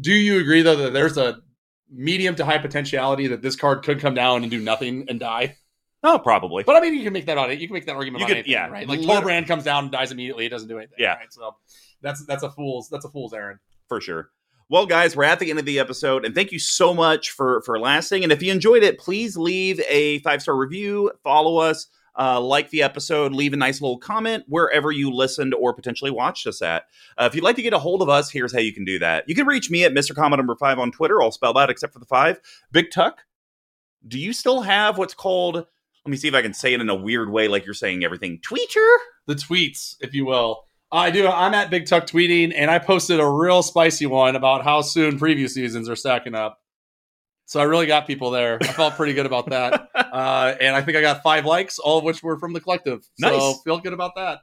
Speaker 2: Do you agree though that there's a medium to high potentiality that this card could come down and do nothing and die?
Speaker 1: Oh, probably.
Speaker 2: But I mean, you can make that on it. You can make that argument
Speaker 1: You
Speaker 2: on
Speaker 1: could-
Speaker 2: anything,
Speaker 1: yeah.
Speaker 2: right? Like
Speaker 1: Literally.
Speaker 2: Torbrand comes down and dies immediately. It doesn't do anything.
Speaker 1: Yeah.
Speaker 2: right? So that's that's a fool's that's a fool's errand.
Speaker 1: for sure well guys we're at the end of the episode and thank you so much for for lasting and if you enjoyed it please leave a five star review follow us uh, like the episode leave a nice little comment wherever you listened or potentially watched us at uh, if you'd like to get a hold of us here's how you can do that you can reach me at mr comma number five on twitter all spelled out except for the five big tuck do you still have what's called let me see if i can say it in a weird way like you're saying everything tweeter
Speaker 2: The tweets, if you will. I do. I'm at Big Tuck tweeting, and I posted a real spicy one about how soon preview seasons are stacking up. So I really got people there. I felt pretty good about that, uh, and I think I got five likes, all of which were from the collective. So
Speaker 1: Nice.
Speaker 2: feel good about that.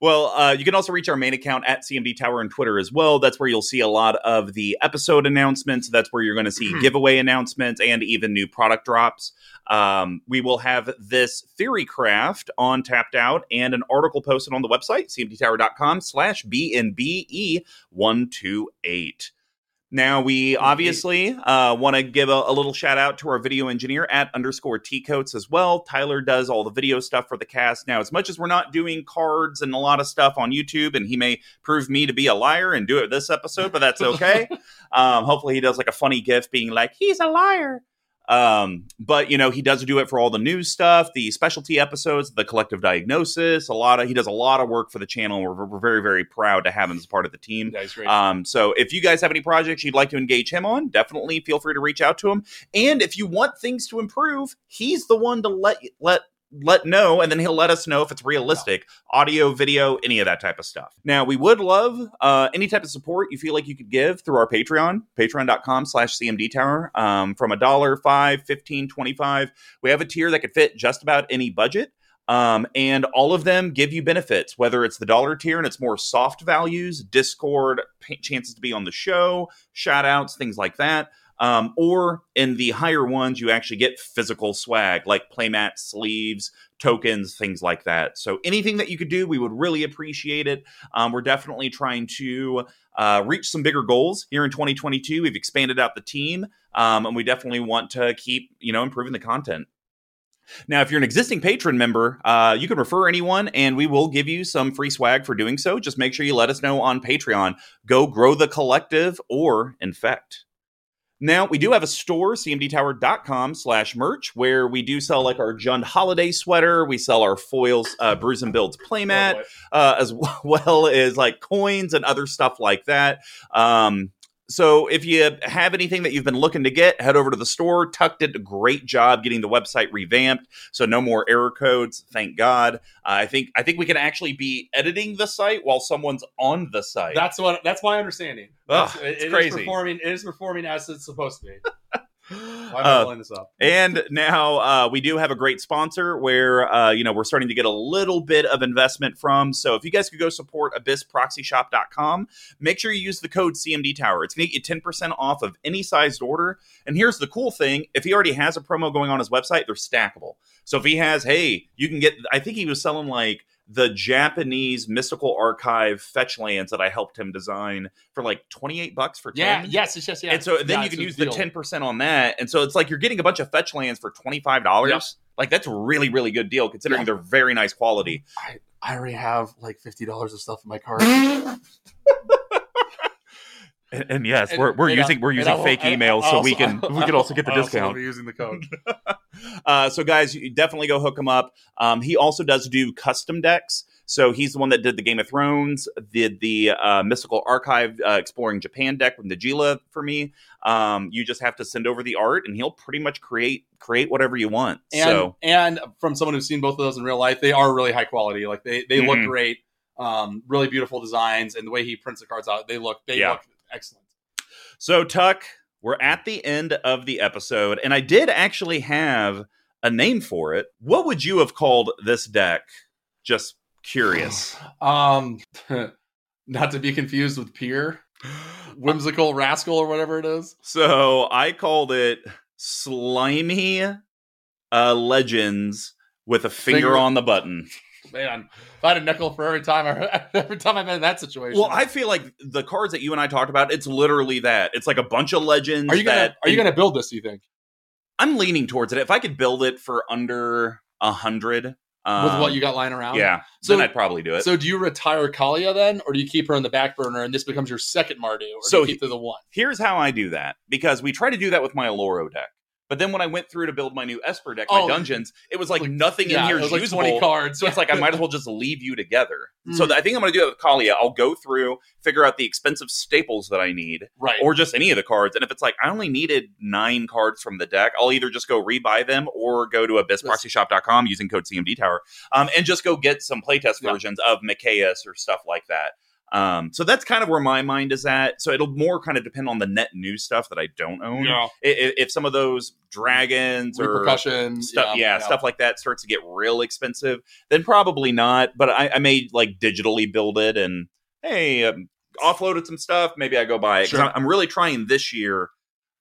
Speaker 1: Well, uh, you can also reach our main account at CMD Tower on Twitter as well. That's where you'll see a lot of the episode announcements. That's where you're going to see giveaway announcements and even new product drops. Um, we will have this theory craft on Tapped Out and an article posted on the website, cmdtower.com slash E. BNBE128. Now, we obviously uh, want to give a, a little shout out to our video engineer at underscore T Coats as well. Tyler does all the video stuff for the cast. Now, as much as we're not doing cards and a lot of stuff on YouTube, and he may prove me to be a liar and do it this episode, but that's okay. um, hopefully, he does like a funny gif being like, he's a liar. Um, but you know, he does do it for all the news stuff, the specialty episodes, the collective diagnosis, a lot of he does a lot of work for the channel. and We're, we're very, very proud to have him as part of the team.
Speaker 2: Nice, great.
Speaker 1: Um, so if you guys have any projects you'd like to engage him on, definitely feel free to reach out to him. And if you want things to improve, he's the one to let let let know and then he'll let us know if it's realistic audio video any of that type of stuff now we would love uh, any type of support you feel like you could give through our patreon patreon.com slash cmd tower um, from a dollar five 15 25 we have a tier that could fit just about any budget um, and all of them give you benefits, whether it's the dollar tier and it's more soft values, Discord, pa chances to be on the show, shout outs, things like that. Um, or in the higher ones, you actually get physical swag like playmats, sleeves, tokens, things like that. So anything that you could do, we would really appreciate it. Um, we're definitely trying to uh, reach some bigger goals here in 2022. We've expanded out the team, um, and we definitely want to keep you know improving the content. Now, if you're an existing patron member, uh, you can refer anyone, and we will give you some free swag for doing so. Just make sure you let us know on Patreon. Go grow the collective or infect. Now, we do have a store, cmdtower.com slash merch, where we do sell like our Jund holiday sweater. We sell our foils, uh, Bruise and Builds
Speaker 2: Oh,
Speaker 1: playmat, uh, as well as like coins and other stuff like that. Um, so if you have anything that you've been looking to get, head over to the store. Tuck did a great job getting the website revamped, so no more error codes. Thank God. Uh, I think I think we can actually be editing the site while someone's on the site.
Speaker 2: That's what. That's my understanding.
Speaker 1: Ugh,
Speaker 2: That's- it-
Speaker 1: it's
Speaker 2: it is
Speaker 1: crazy.
Speaker 2: performing. It is performing as it's supposed to be. Why am I
Speaker 1: Uh,
Speaker 2: pulling this up?
Speaker 1: And now uh, we do have a great sponsor where uh, you know we're starting to get a little bit of investment from. So if you guys could go support abyssproxyshop.com, make sure you use the code CMD Tower. It's going to get you ten percent off of any sized order. And here's the cool thing: if he already has a promo going on his website, they're stackable. So if he has, hey, you can get. I think he was selling like the Japanese mystical archive fetch lands that I helped him design for like twenty eight bucks for
Speaker 2: Yeah,
Speaker 1: 10.
Speaker 2: yes, yes, yes, yes.
Speaker 1: And so then
Speaker 2: Yeah,
Speaker 1: you
Speaker 2: it's
Speaker 1: can
Speaker 2: a
Speaker 1: use the
Speaker 2: deal.
Speaker 1: ten percent on that, and so it's like you're getting a bunch of fetch lands for twenty five dollars.
Speaker 2: Yep.
Speaker 1: Like that's a really really good deal considering
Speaker 2: Yeah.
Speaker 1: they're very nice quality.
Speaker 2: I already have like fifty dollars of stuff in my cart.
Speaker 1: And, and yes,
Speaker 2: And-
Speaker 1: we're, we're
Speaker 2: and I-
Speaker 1: using we're
Speaker 2: and
Speaker 1: using
Speaker 2: I will-
Speaker 1: fake
Speaker 2: I- I
Speaker 1: emails so we
Speaker 2: also-
Speaker 1: can we can also get the
Speaker 2: I will
Speaker 1: discount.
Speaker 2: be using the code.
Speaker 1: Uh, so guys, you definitely go hook him up. Um, he also does do custom decks. So he's the one that did the Game of Thrones, did the uh, Mystical Archive uh, Exploring Japan deck with Najila for me. Um, you just have to send over the art, and he'll pretty much create create whatever you want.
Speaker 2: And
Speaker 1: so
Speaker 2: and from someone who's seen both of those in real life, they are really high quality. Like they they look
Speaker 1: Mhm.
Speaker 2: great. Um, really beautiful designs, and the way he prints the cards out, they look they
Speaker 1: Yeah.
Speaker 2: look excellent.
Speaker 1: So, Tuck, we're at the end of the episode, and I did actually have a name for it. What would you have called this deck? Just curious.
Speaker 2: Um, not to be confused with Pier, whimsical rascal or whatever it is.
Speaker 1: so, I called it Slimy uh, Legends with a finger,
Speaker 2: Finger-
Speaker 1: on the button.
Speaker 2: Man, if I had a nickel for every time I every time I've been in that situation.
Speaker 1: Well, I feel like the cards that you and I talked about, it's literally that. It's like a bunch of legends.
Speaker 2: are you gonna
Speaker 1: that-
Speaker 2: are you gonna build this? Do you think
Speaker 1: I'm leaning towards it. If I could build it for under a hundred, um,
Speaker 2: with what you got lying around?
Speaker 1: yeah,
Speaker 2: So-
Speaker 1: then I'd probably do it.
Speaker 2: So do you retire Kalia then, or do you keep her in the back burner and this becomes your second Mardu? Or do
Speaker 1: So
Speaker 2: you
Speaker 1: he-
Speaker 2: keep her the one?
Speaker 1: here's how I do that because we try to do that with my Aloro deck. But then when I went through to build my new Esper deck,
Speaker 2: Oh.
Speaker 1: my dungeons, it was like,
Speaker 2: Like,
Speaker 1: nothing in here
Speaker 2: it
Speaker 1: is
Speaker 2: was like
Speaker 1: usable.
Speaker 2: twenty cards.
Speaker 1: so it's like I might as well just leave you together. So
Speaker 2: Mm.
Speaker 1: I think I'm going to do that with Kalia. I'll go through, figure out the expensive staples that I need,
Speaker 2: right.
Speaker 1: or just any of the cards. And if it's like I only needed nine cards from the deck, I'll either just go rebuy them or go to abyssproxyshop.com using code CMD Tower um, and just go get some playtest
Speaker 2: Yeah.
Speaker 1: versions of Micaeus or stuff like that. Um, so that's kind of where my mind is at. So it'll more kind of depend on the net new stuff that I don't own.
Speaker 2: yeah.
Speaker 1: I- i- If, some of those dragons or
Speaker 2: repercussions,
Speaker 1: stuff, yeah, stuff like that starts to get real expensive, then probably not. But I, I may like digitally build it and hey, um, offloaded some stuff. Maybe I go buy it. 'Cause
Speaker 2: Sure.
Speaker 1: I'm, I'm really trying this year.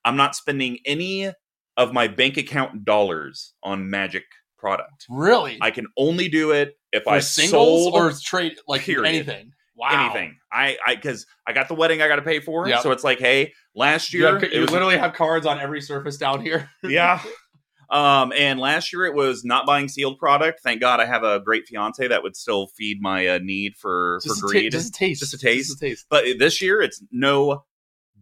Speaker 1: I'm not spending any of my bank account dollars on magic product.
Speaker 2: Really,
Speaker 1: I can only do it if
Speaker 2: for
Speaker 1: I
Speaker 2: singles
Speaker 1: sold
Speaker 2: or trade like
Speaker 1: Period.
Speaker 2: anything. Wow.
Speaker 1: anything. I I because I got the wedding I got to pay for.
Speaker 2: Yep.
Speaker 1: So it's like, hey, last
Speaker 2: You,
Speaker 1: year
Speaker 2: have,
Speaker 1: it
Speaker 2: you
Speaker 1: was
Speaker 2: literally have cards on every surface down here.
Speaker 1: yeah. Um, and last year it was not buying sealed product. Thank God I have a great fiance that would still feed my uh, need for
Speaker 2: Just
Speaker 1: for
Speaker 2: a ta-
Speaker 1: greed.
Speaker 2: just a taste.
Speaker 1: Just a taste.
Speaker 2: Just a taste.
Speaker 1: but this year it's no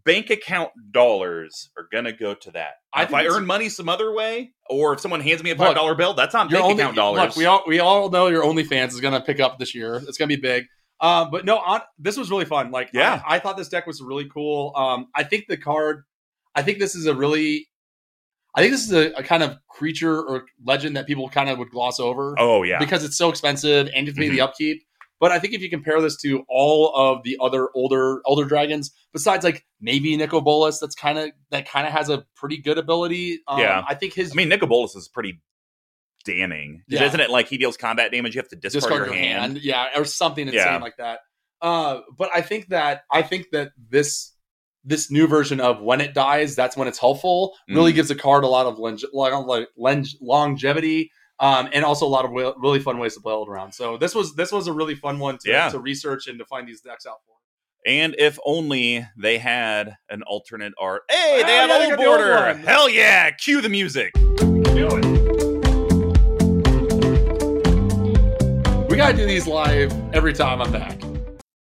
Speaker 1: bank account dollars are gonna go to that.
Speaker 2: I
Speaker 1: if
Speaker 2: think
Speaker 1: I
Speaker 2: it's-
Speaker 1: earn money some other way, or if someone hands me a
Speaker 2: Look,
Speaker 1: five dollar bill, that's not
Speaker 2: Your
Speaker 1: bank
Speaker 2: only,
Speaker 1: account dollars.
Speaker 2: Look, we all we all know your OnlyFans is gonna pick up this year. It's gonna be big. Um, but no, on, this was really fun. Like,
Speaker 1: Yeah.
Speaker 2: I, I thought this deck was really cool. Um, I think the card, I think this is a really, I think this is a, a kind of creature or legend that people kind of would gloss over
Speaker 1: oh yeah, Mm-hmm.
Speaker 2: because it's so expensive and you have to pay the upkeep. But I think if you compare this to all of the other older elder dragons, besides like maybe Nico Bolas, that's kind of that kind of has a pretty good ability. Um,
Speaker 1: Yeah.
Speaker 2: I think his
Speaker 1: I mean Nicobolus is pretty damning,
Speaker 2: Yeah.
Speaker 1: isn't it? Like he deals combat damage, you have to discard,
Speaker 2: discard
Speaker 1: your hand.
Speaker 2: yeah, or something insane
Speaker 1: Yeah.
Speaker 2: like that. Uh, but I think that I think that this this new version of when it dies, that's when it's helpful. Really
Speaker 1: Mm.
Speaker 2: gives the card a lot of longe- lo- lo- longe- longevity, um, and also a lot of wi- really fun ways to play it around. So this was this was a really fun one to,
Speaker 1: Yeah.
Speaker 2: to research and to find these decks out for.
Speaker 1: And if only they had an alternate art. Hey, they
Speaker 2: Oh,
Speaker 1: have
Speaker 2: yeah, they
Speaker 1: old
Speaker 2: got the old
Speaker 1: border.
Speaker 2: one.
Speaker 1: Hell yeah! Cue the music.
Speaker 2: We gotta do these live every time I'm back.